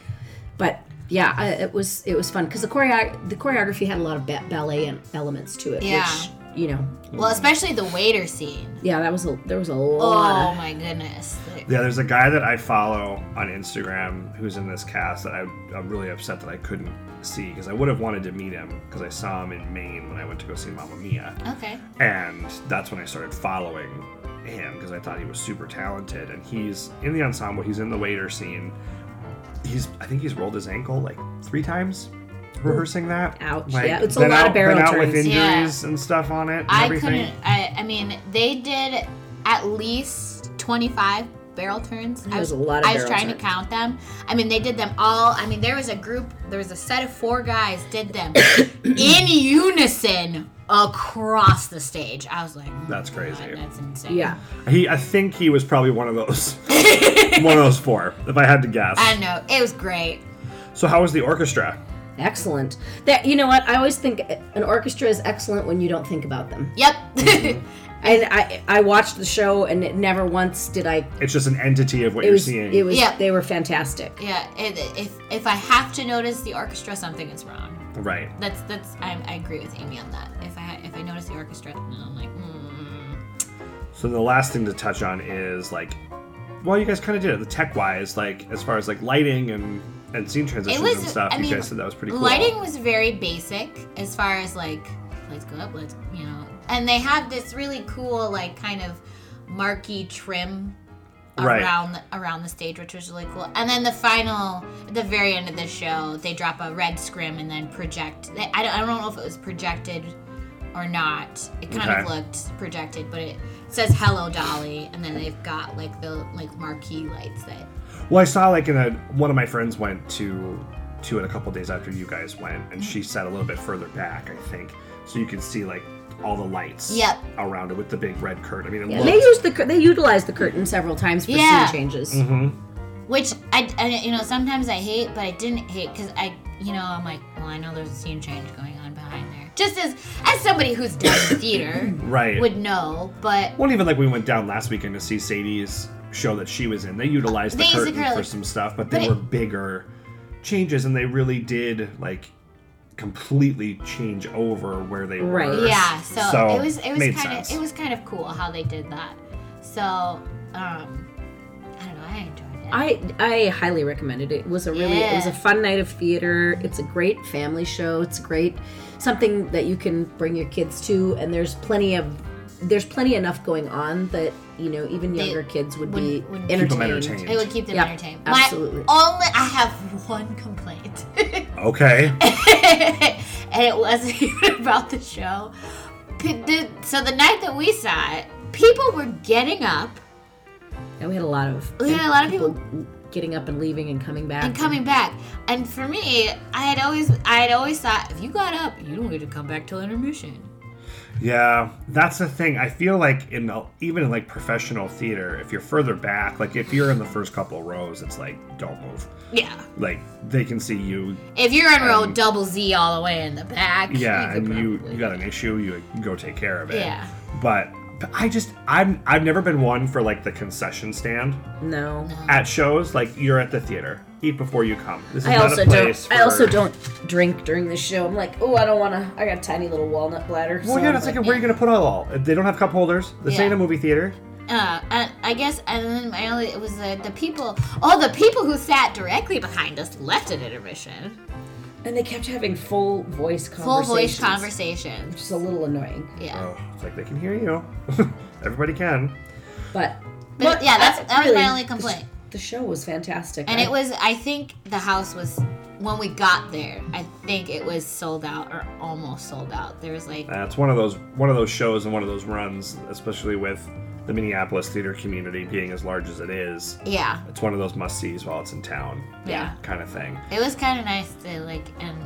[SPEAKER 4] but yeah, I, it was it was fun because the choreo- the choreography had a lot of ba- ballet and elements to it.
[SPEAKER 2] Yeah.
[SPEAKER 4] which, you know,
[SPEAKER 2] Well, especially the waiter scene.
[SPEAKER 4] yeah, that was a there was a
[SPEAKER 2] Oh
[SPEAKER 4] lot.
[SPEAKER 2] my goodness.
[SPEAKER 3] Yeah, there's a guy that I follow on Instagram who's in this cast that I, I'm really upset that I couldn't see because I would have wanted to meet him because I saw him in Maine when I went to go see Mamma Mia.
[SPEAKER 2] Okay.
[SPEAKER 3] And that's when I started following him because I thought he was super talented. And he's in the ensemble, he's in the waiter scene. He's, I think he's rolled his ankle like three times rehersing that.
[SPEAKER 4] Ouch,
[SPEAKER 3] Like,
[SPEAKER 4] yeah, it's a
[SPEAKER 3] been
[SPEAKER 4] lot of
[SPEAKER 3] out- been
[SPEAKER 4] barrel
[SPEAKER 3] out with
[SPEAKER 4] turns.
[SPEAKER 2] Yeah.
[SPEAKER 3] injuries and stuff on it and
[SPEAKER 2] I
[SPEAKER 3] everything.
[SPEAKER 2] couldn't. I, I mean, they did at least 25 barrel turns. I
[SPEAKER 4] There
[SPEAKER 2] was,
[SPEAKER 4] was a lot of
[SPEAKER 2] I was
[SPEAKER 4] barrel
[SPEAKER 2] trying to
[SPEAKER 4] turns.
[SPEAKER 2] count them. I mean, they did them all. I mean, there was a group, there was a set of four guys did
[SPEAKER 4] *coughs*
[SPEAKER 2] them in unison across the stage. I was like, oh my
[SPEAKER 3] That's
[SPEAKER 2] God,
[SPEAKER 3] crazy.
[SPEAKER 2] that's insane.
[SPEAKER 4] Yeah.
[SPEAKER 3] He, I think he was probably one of
[SPEAKER 2] *laughs*
[SPEAKER 3] those, one of those four, if I had to guess.
[SPEAKER 2] I know. It was great.
[SPEAKER 3] so, how was the orchestra?
[SPEAKER 4] Excellent. That you know what? I always think an orchestra is excellent when you don't think about them.
[SPEAKER 2] Yep.
[SPEAKER 4] Mm-hmm. And I I watched the show and it never once did I
[SPEAKER 3] It's just an entity of what
[SPEAKER 4] it
[SPEAKER 3] you're
[SPEAKER 4] was
[SPEAKER 3] seeing.
[SPEAKER 4] it was
[SPEAKER 2] Yeah.
[SPEAKER 4] they were fantastic.
[SPEAKER 2] *laughs* yeah. It, if if I have to notice the orchestra, something is wrong.
[SPEAKER 3] right.
[SPEAKER 2] That's that's I, I agree with Amy on that. If I if I notice the orchestra, then I'm like, mm,
[SPEAKER 3] So the last thing to touch on is like, well, you guys kind of did it the tech wise, like as far as like lighting and and scene transitions
[SPEAKER 2] was-
[SPEAKER 3] and stuff.
[SPEAKER 2] I
[SPEAKER 3] you
[SPEAKER 2] mean,
[SPEAKER 3] guys said that was pretty cool.
[SPEAKER 2] lighting was very basic as far as like let's go up, let's you know, and they had this really cool like kind of marquee trim
[SPEAKER 3] Right.
[SPEAKER 2] around the, around the stage, which was really cool. And then the final, at the very end of the show, they drop a red scrim and then project. They, I, don't, I don't know if it was projected or not. It kind of
[SPEAKER 3] Okay.
[SPEAKER 2] looked projected, but it says "Hello, Dolly," and then they've got like the like marquee lights that.
[SPEAKER 3] Well, I saw like in a one of my friends went to to it a couple days after you guys went, and she sat a little bit further back, I think, so you could see like all the lights
[SPEAKER 2] Yep.
[SPEAKER 3] around it with the big red curtain. I mean, it
[SPEAKER 4] Yeah,
[SPEAKER 3] looked-
[SPEAKER 4] they used the cur- they utilized the curtain several times for
[SPEAKER 2] Yeah. Mm-hmm.
[SPEAKER 4] scene changes.
[SPEAKER 2] Which I, I, you know, sometimes I hate, but I didn't hate because I, you know, I'm like, well, I know there's a scene change going on behind there. Just as as somebody who's
[SPEAKER 3] *coughs*
[SPEAKER 2] done theater
[SPEAKER 3] right.
[SPEAKER 2] would know, but
[SPEAKER 3] well, even like we went down last weekend to see Sadie's show that she was in. They utilized the
[SPEAKER 2] They used the
[SPEAKER 3] curtain for
[SPEAKER 2] curtain.
[SPEAKER 3] some stuff, but they
[SPEAKER 2] But it-
[SPEAKER 3] were bigger changes, and they really did like completely change over where they
[SPEAKER 4] Right.
[SPEAKER 3] were.
[SPEAKER 2] Yeah, so,
[SPEAKER 3] So,
[SPEAKER 2] it was it
[SPEAKER 3] made
[SPEAKER 2] was kind of
[SPEAKER 3] sense.
[SPEAKER 2] it was kind of cool how they did that. So um, I don't know, I enjoyed it.
[SPEAKER 4] I I highly recommend it. It was a really it was a
[SPEAKER 2] Yeah.
[SPEAKER 4] fun night of theater. It's a great family show. It's great something that you can bring your kids to and there's plenty of there's plenty enough going on that you know even
[SPEAKER 2] They
[SPEAKER 4] younger kids would be
[SPEAKER 2] wouldn't- wouldn't keep 'em
[SPEAKER 4] entertained.
[SPEAKER 3] Keep 'em entertained.
[SPEAKER 2] it would keep them
[SPEAKER 4] Yeah,
[SPEAKER 2] entertained.
[SPEAKER 4] absolutely.
[SPEAKER 2] My only I have one complaint. *laughs*
[SPEAKER 3] Okay.
[SPEAKER 2] and it wasn't *laughs* even about the show. P- the- So the night that we saw it, people were getting up
[SPEAKER 4] And we had a lot of
[SPEAKER 2] We had a lot of people-
[SPEAKER 4] getting up and leaving and coming back.
[SPEAKER 2] and coming back. And for me, I had always I had always thought if you got up, you don't get to come back till intermission.
[SPEAKER 3] Yeah, that's the thing. I feel like in the, even in like professional theater, if you're further back, like if you're in the first couple rows, it's like don't move.
[SPEAKER 2] Yeah.
[SPEAKER 3] Like they can see you.
[SPEAKER 2] If you're in row double Z all the way in the back,
[SPEAKER 3] Yeah,
[SPEAKER 2] could
[SPEAKER 3] and you
[SPEAKER 2] probably-
[SPEAKER 3] you got an issue, you go take care of it.
[SPEAKER 2] Yeah.
[SPEAKER 3] But but I just I'm I've never been one for like the concession stand
[SPEAKER 4] no.
[SPEAKER 3] at shows. Like you're at the theater, eat before you come. This is
[SPEAKER 4] I
[SPEAKER 3] not
[SPEAKER 4] also
[SPEAKER 3] a place.
[SPEAKER 4] don't. I
[SPEAKER 3] for-
[SPEAKER 4] also don't drink during the show. I'm like, oh, I don't want to. I got a tiny little walnut bladder.
[SPEAKER 3] Well,
[SPEAKER 4] so
[SPEAKER 3] yeah,
[SPEAKER 4] I'm
[SPEAKER 3] it's like
[SPEAKER 4] like,
[SPEAKER 3] where are you gonna put it all? Uh, They don't have cup holders. This
[SPEAKER 2] Yeah.
[SPEAKER 3] ain't a movie theater.
[SPEAKER 2] Uh, I, I guess, and then my only it was the, the people. Oh, the people who sat directly behind us left at intermission.
[SPEAKER 4] and they kept having full voice
[SPEAKER 2] Full
[SPEAKER 4] conversations.
[SPEAKER 2] voice conversation.
[SPEAKER 4] Which is a little annoying,
[SPEAKER 2] Yeah.
[SPEAKER 3] Oh, it's like they can hear you. *laughs* Everybody can.
[SPEAKER 4] but.
[SPEAKER 2] But yeah, that's-
[SPEAKER 4] I-
[SPEAKER 2] that was my only
[SPEAKER 4] the sh-
[SPEAKER 2] complaint.
[SPEAKER 4] The, show was fantastic,
[SPEAKER 2] And
[SPEAKER 4] I-
[SPEAKER 2] it was, I think the house was, when we got there, I think it was sold out or almost sold out. There was like,
[SPEAKER 3] Uh, it's one of those one of those shows and one of those runs, especially with the Minneapolis theater community being as large as it is.
[SPEAKER 2] yeah,
[SPEAKER 3] It's one of those must sees while it's in town.
[SPEAKER 2] Yeah.
[SPEAKER 3] Kind of thing.
[SPEAKER 2] it was kind of nice to like, and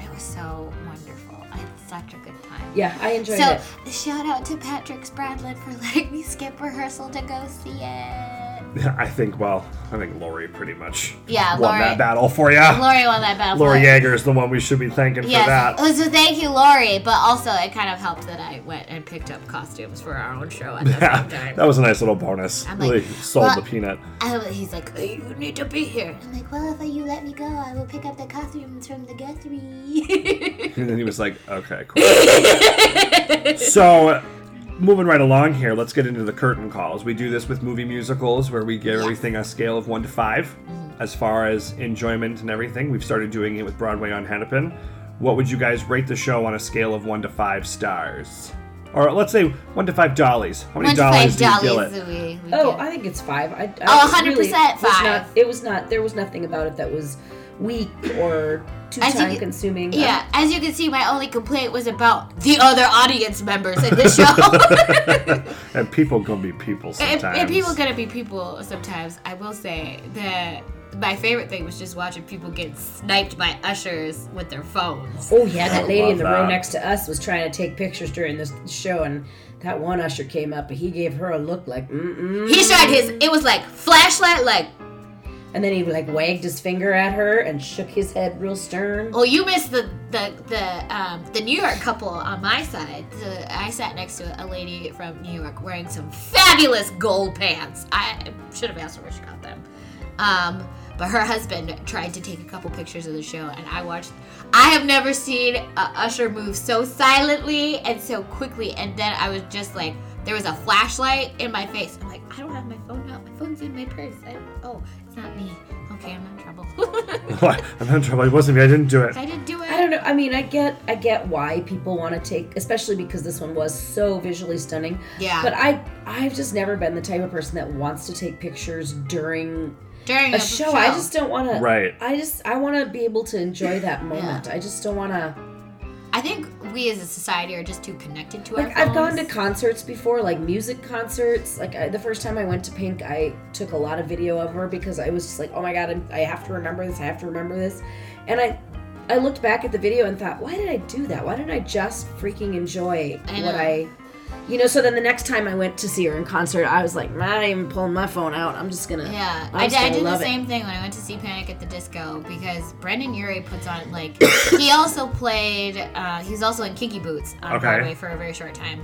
[SPEAKER 2] it was so wonderful. I had such a good time.
[SPEAKER 4] Yeah, I enjoyed
[SPEAKER 2] So
[SPEAKER 4] it.
[SPEAKER 2] shout out to Patrick Spradlin for *laughs* letting me skip rehearsal to go see it.
[SPEAKER 3] *laughs* I think. Well, I think Lori pretty much
[SPEAKER 2] Yeah,
[SPEAKER 3] won
[SPEAKER 2] Lori.
[SPEAKER 3] that battle for you.
[SPEAKER 2] Lori won that battle.
[SPEAKER 3] Lori
[SPEAKER 2] for-
[SPEAKER 3] Yeager is the one we should be thanking for
[SPEAKER 2] Yes. *laughs*
[SPEAKER 3] that. *laughs*
[SPEAKER 2] Oh, So thank you, Lori. But also, it kind of helped that I went and picked up costumes for our own show
[SPEAKER 3] *laughs*
[SPEAKER 2] at the same
[SPEAKER 3] Yeah,
[SPEAKER 2] time.
[SPEAKER 3] that was a nice little bonus.
[SPEAKER 2] I'm like,
[SPEAKER 3] really sold
[SPEAKER 2] well-
[SPEAKER 3] the peanut.
[SPEAKER 2] I was- he's like, "Hey, you need to be here. I'm like, well, if you let me go, I will pick up the costumes from the Guthrie.
[SPEAKER 3] And then he was like, okay, cool.
[SPEAKER 2] *laughs*
[SPEAKER 3] so, moving right along here, let's get into the curtain calls. We do this with movie musicals where we give everything a scale of one to 5 as far as enjoyment and everything. We've started doing it with Broadway on Hennepin. What would you guys rate the show on a scale of one to five stars? Or let's say one to five dollies. How many
[SPEAKER 2] One to
[SPEAKER 3] dollies
[SPEAKER 2] five
[SPEAKER 3] do you feel
[SPEAKER 2] dollies
[SPEAKER 3] it?
[SPEAKER 2] that we, we
[SPEAKER 4] Oh,
[SPEAKER 2] did.
[SPEAKER 4] I think it's five. I, I
[SPEAKER 2] Oh, 100%
[SPEAKER 4] really was
[SPEAKER 2] five.
[SPEAKER 4] not- it was not. There was nothing about it that was week or too
[SPEAKER 2] I think-
[SPEAKER 4] time consuming.
[SPEAKER 2] Yeah, as you can see, my only complaint was about the other audience members in the show.
[SPEAKER 3] *laughs*
[SPEAKER 2] *laughs*
[SPEAKER 3] And people gonna be people
[SPEAKER 2] and,
[SPEAKER 3] sometimes.
[SPEAKER 2] and people gonna be people sometimes. I will say that my favorite thing was just watching people get sniped by ushers with their phones.
[SPEAKER 4] Oh yeah, that lady in
[SPEAKER 3] love
[SPEAKER 4] the row
[SPEAKER 3] that.
[SPEAKER 4] next to us was trying to take pictures during this show, and that one usher came up and he gave her a look like mm mm,
[SPEAKER 2] He shot his. It was like flashlight, like
[SPEAKER 4] and then he like wagged his finger at her and shook his head real stern.
[SPEAKER 2] Well, you missed the the the, um, the New York couple on my side. The, I sat next to a lady from New York wearing some fabulous gold pants. I should have asked her where she got them. Um, but her husband tried to take a couple pictures of the show, and I watched. I have never seen a usher move so silently and so quickly. And then I was just like, there was a flashlight in my face. I'm like, I don't have my phone out. My phone's in my purse. I, oh, it's not me. Okay, I'm in
[SPEAKER 3] *laughs*
[SPEAKER 2] trouble. *laughs*
[SPEAKER 3] I'm in trouble. It wasn't me. I didn't do it.
[SPEAKER 2] I didn't do it.
[SPEAKER 4] I don't know. I mean, I get, I get why people want to take, especially because this one was so visually stunning.
[SPEAKER 2] Yeah.
[SPEAKER 4] But I, I've just never been the type of person that wants to take pictures during
[SPEAKER 2] during
[SPEAKER 4] a show. I just don't want to.
[SPEAKER 3] Right.
[SPEAKER 4] I just, I want to be able to enjoy that moment. I just don't want to.
[SPEAKER 2] I think we as a society are just too connected to our
[SPEAKER 4] Like I've gone
[SPEAKER 2] phones.
[SPEAKER 4] to concerts before, like music concerts. Like I, the first time I went to Pink, I took a lot of video of her because I was just like, oh my god, I'm, I have to remember this. I have to remember this, and I. I looked back at the video and thought, why did I do that? Why didn't I just freaking enjoy
[SPEAKER 2] I
[SPEAKER 4] what
[SPEAKER 2] know.
[SPEAKER 4] I, you know? So then the next time I went to see her in concert, I was like, "Nah, I am pulling my phone out. I'm just gonna,
[SPEAKER 2] Yeah,
[SPEAKER 4] I'm
[SPEAKER 2] I, did-
[SPEAKER 4] just
[SPEAKER 2] I
[SPEAKER 4] gonna
[SPEAKER 2] did the
[SPEAKER 4] love it."
[SPEAKER 2] same thing when I went to see Panic at the Disco because Brendan Urie puts on
[SPEAKER 4] *coughs*
[SPEAKER 2] like he also played. Uh, he was also in Kinky Boots on
[SPEAKER 3] Okay.
[SPEAKER 2] Broadway for a very short time,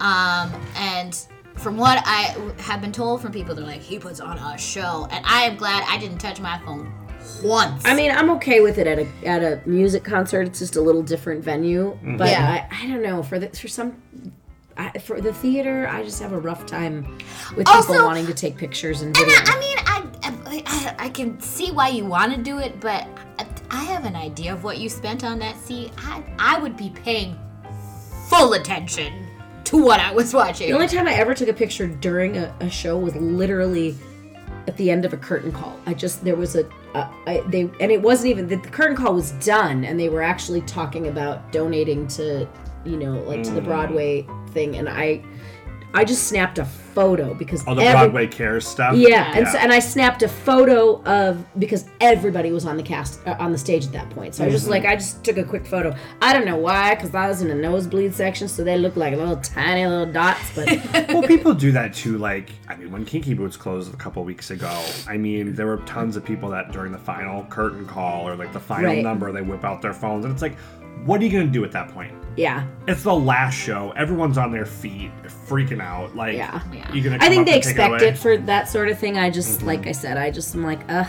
[SPEAKER 2] um, and from what I w- have been told from people, they're like he puts on a show, and I am glad I didn't touch my phone once.
[SPEAKER 4] I mean, I'm okay with it at a at a music concert. It's just a little different venue,
[SPEAKER 3] Mm-hmm.
[SPEAKER 4] but
[SPEAKER 2] Yeah.
[SPEAKER 4] I, I don't know for the for some I, for the theater. I just have a rough time with
[SPEAKER 2] Also-
[SPEAKER 4] people wanting to take pictures and
[SPEAKER 2] And
[SPEAKER 4] video.
[SPEAKER 2] I, I mean, I, I I can see why you want to do it, but I, I have an idea of what you spent on that seat. I I would be paying full attention to what I was watching.
[SPEAKER 4] the only time I ever took a picture during a, a show was literally at the end of a curtain call. I just there was a uh, I, they and it wasn't even the, the curtain call was done, and they were actually talking about donating to you know like
[SPEAKER 3] Mm.
[SPEAKER 4] to the Broadway thing, and I I just snapped a photo because
[SPEAKER 3] All Oh, the
[SPEAKER 4] every-
[SPEAKER 3] Broadway cares stuff.
[SPEAKER 4] Yeah, and so, and I snapped a photo of because everybody was on the cast uh, on the stage at that point. So I
[SPEAKER 3] Mm-hmm.
[SPEAKER 4] was just like I just took a quick photo. I don't know why because I was in the nosebleed section, so they looked like little tiny little dots. But
[SPEAKER 3] *laughs* well, people do that too. Like, I mean, when Kinky Boots closed a couple weeks ago, I mean, there were tons of people that during the final curtain call or like the final
[SPEAKER 4] Right.
[SPEAKER 3] number, they whip out their phones, and it's like, what are you gonna do at that point?
[SPEAKER 4] yeah,
[SPEAKER 3] It's the last show. Everyone's on their feet, freaking out. Like,
[SPEAKER 4] Yeah.
[SPEAKER 3] you're gonna. Come
[SPEAKER 4] I think
[SPEAKER 3] up
[SPEAKER 4] they
[SPEAKER 3] and take
[SPEAKER 4] expect
[SPEAKER 3] away? Mm-hmm.
[SPEAKER 4] it, for that sort of thing. I just like I said, I just am like ugh.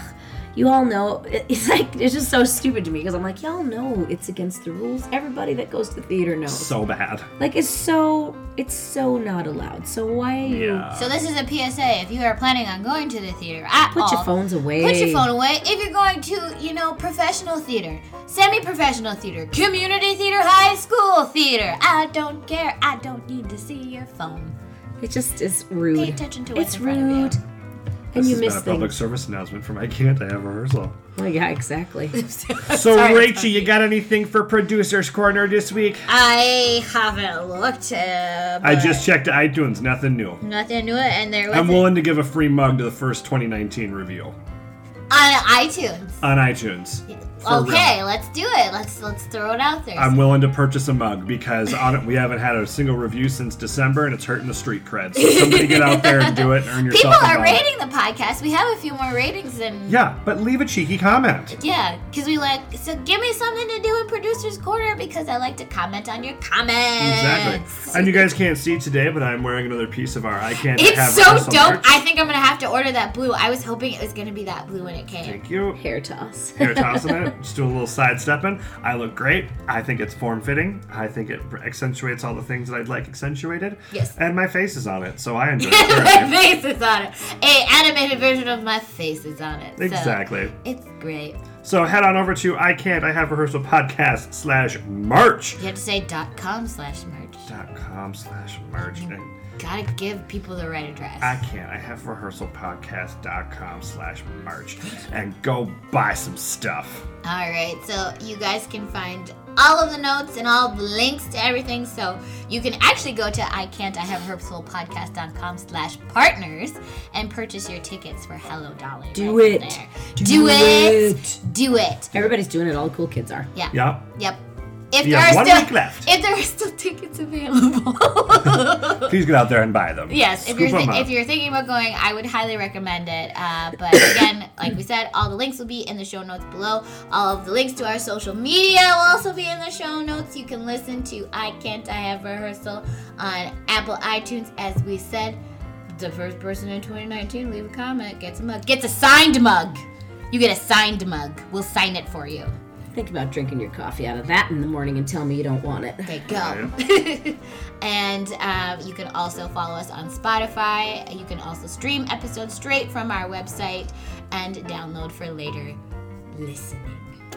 [SPEAKER 4] You all know *laughs* it- it's like it's just so stupid to me because I'm like y'all know it's against the rules. Everybody that goes to theater knows.
[SPEAKER 3] so bad.
[SPEAKER 4] Like it's so it's so not allowed. So why are you
[SPEAKER 3] Yeah.
[SPEAKER 2] so this is a PSA. If you are planning on going to the theater at
[SPEAKER 4] put your
[SPEAKER 2] all,
[SPEAKER 4] phones away?
[SPEAKER 2] Put your phone away. If you're going to, you know, professional theater, semi-professional theater, community theater, high school theater, I don't care. I don't need to see your phone.
[SPEAKER 4] It just is
[SPEAKER 2] Pay
[SPEAKER 4] rude.
[SPEAKER 2] attention to what's
[SPEAKER 4] It's
[SPEAKER 2] in front of you.
[SPEAKER 4] rude. And
[SPEAKER 3] this
[SPEAKER 4] you
[SPEAKER 3] has
[SPEAKER 4] miss
[SPEAKER 3] been a public
[SPEAKER 4] things.
[SPEAKER 3] service announcement from IKEA to have
[SPEAKER 4] *laughs*
[SPEAKER 3] rehearsal.
[SPEAKER 4] Well, yeah, exactly. *laughs*
[SPEAKER 3] So,
[SPEAKER 2] Sorry, that's
[SPEAKER 3] Rachel, you got anything for producers' corner this week?
[SPEAKER 2] I haven't looked. Uh,
[SPEAKER 3] I
[SPEAKER 2] but
[SPEAKER 3] just checked iTunes. Nothing new.
[SPEAKER 2] nothing new, and there was
[SPEAKER 3] I'm willing to give a free mug to the first 2019 review
[SPEAKER 2] on iTunes.
[SPEAKER 3] on iTunes. For
[SPEAKER 2] okay,
[SPEAKER 3] real.
[SPEAKER 2] let's do it. Let's let's throw it out there.
[SPEAKER 3] I'm willing to purchase a mug because on it we haven't had a single review since December, and it's hurting the street cred. So somebody get out there and do it and earn
[SPEAKER 2] *laughs* People
[SPEAKER 3] yourself a
[SPEAKER 2] are
[SPEAKER 3] mug.
[SPEAKER 2] rating the podcast. We have a few more ratings than
[SPEAKER 3] Yeah, but leave a cheeky comment.
[SPEAKER 2] yeah, because we like. So give me something to do in producers' corner because I like to comment on your comments.
[SPEAKER 3] Exactly. And you guys can't see today, but I'm wearing another piece of our I can't have
[SPEAKER 2] It's so
[SPEAKER 3] rehearsal
[SPEAKER 2] dope.
[SPEAKER 3] merch.
[SPEAKER 2] I think I'm gonna have to order that blue. I was hoping it was gonna be that blue when it came.
[SPEAKER 3] Thank you.
[SPEAKER 4] Hair toss.
[SPEAKER 3] hair tossing it, just doing a little sidestepping. I look great. I think it's form fitting. I think it accentuates all the things that I'd like accentuated.
[SPEAKER 2] Yes.
[SPEAKER 3] And my face is on it, so I
[SPEAKER 2] *laughs*
[SPEAKER 3] enjoy it.
[SPEAKER 2] my
[SPEAKER 3] thoroughly.
[SPEAKER 2] face is on it. A animated version of my face is on it. so
[SPEAKER 3] exactly.
[SPEAKER 2] It's great.
[SPEAKER 3] So head on over to I Can't I Have Rehearsal podcast slash merch
[SPEAKER 2] You have to say dot com slash merch.
[SPEAKER 3] dot com slash merch and
[SPEAKER 2] Gotta give people the right address.
[SPEAKER 3] I can't. I have rehearsal podcast.com slash merch and go buy some stuff.
[SPEAKER 2] All right, so you guys can find all of the notes and all the links to everything. So you can actually go to I can't I have herbsoul podcast.com slash partners and purchase your tickets for Hello Dolly.
[SPEAKER 4] Do
[SPEAKER 2] right
[SPEAKER 4] it.
[SPEAKER 2] there. *laughs* Do, it. Do it.
[SPEAKER 4] Everybody's doing it. All the cool kids are.
[SPEAKER 2] Yeah.
[SPEAKER 3] Yep.
[SPEAKER 2] Yep. If
[SPEAKER 3] You
[SPEAKER 2] there
[SPEAKER 3] have
[SPEAKER 2] are
[SPEAKER 3] one
[SPEAKER 2] still
[SPEAKER 3] week left.
[SPEAKER 2] if there are still tickets available. *laughs*
[SPEAKER 3] Please get out there and buy them.
[SPEAKER 2] Yes, if
[SPEAKER 3] Scoop
[SPEAKER 2] you're
[SPEAKER 3] them
[SPEAKER 2] th-
[SPEAKER 3] up.
[SPEAKER 2] if you're thinking about going, I would highly recommend it. Uh, but
[SPEAKER 3] *coughs*
[SPEAKER 2] again, like we said, all the links will be in the show notes below. All of the links to our social media will also be in the show notes. You can listen to "I Can't I Have Rehearsal" on Apple iTunes, as we said. The first person in 2019 leave a comment gets a mug. Gets a signed mug. You get a signed mug. We'll sign it for you.
[SPEAKER 4] Think about drinking your coffee out of that in the morning and tell me you don't want it.
[SPEAKER 2] Okay, go. *laughs* and um, you can also follow us on Spotify. You can also stream episodes straight from our website and download for later listening.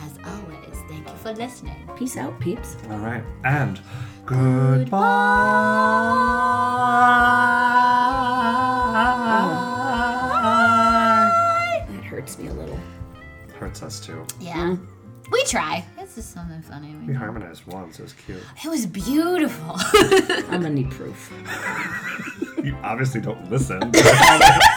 [SPEAKER 2] As always, thank you for listening.
[SPEAKER 4] Peace out, peeps.
[SPEAKER 3] All right. And goodbye.
[SPEAKER 4] That hurts me a little.
[SPEAKER 3] Hurts us too.
[SPEAKER 2] Yeah. We try. It's just something funny.
[SPEAKER 3] We
[SPEAKER 2] We-
[SPEAKER 3] harmonized once. It was cute.
[SPEAKER 2] It was beautiful. *laughs*
[SPEAKER 4] I'm gonna need proof.
[SPEAKER 3] You obviously don't listen. *laughs*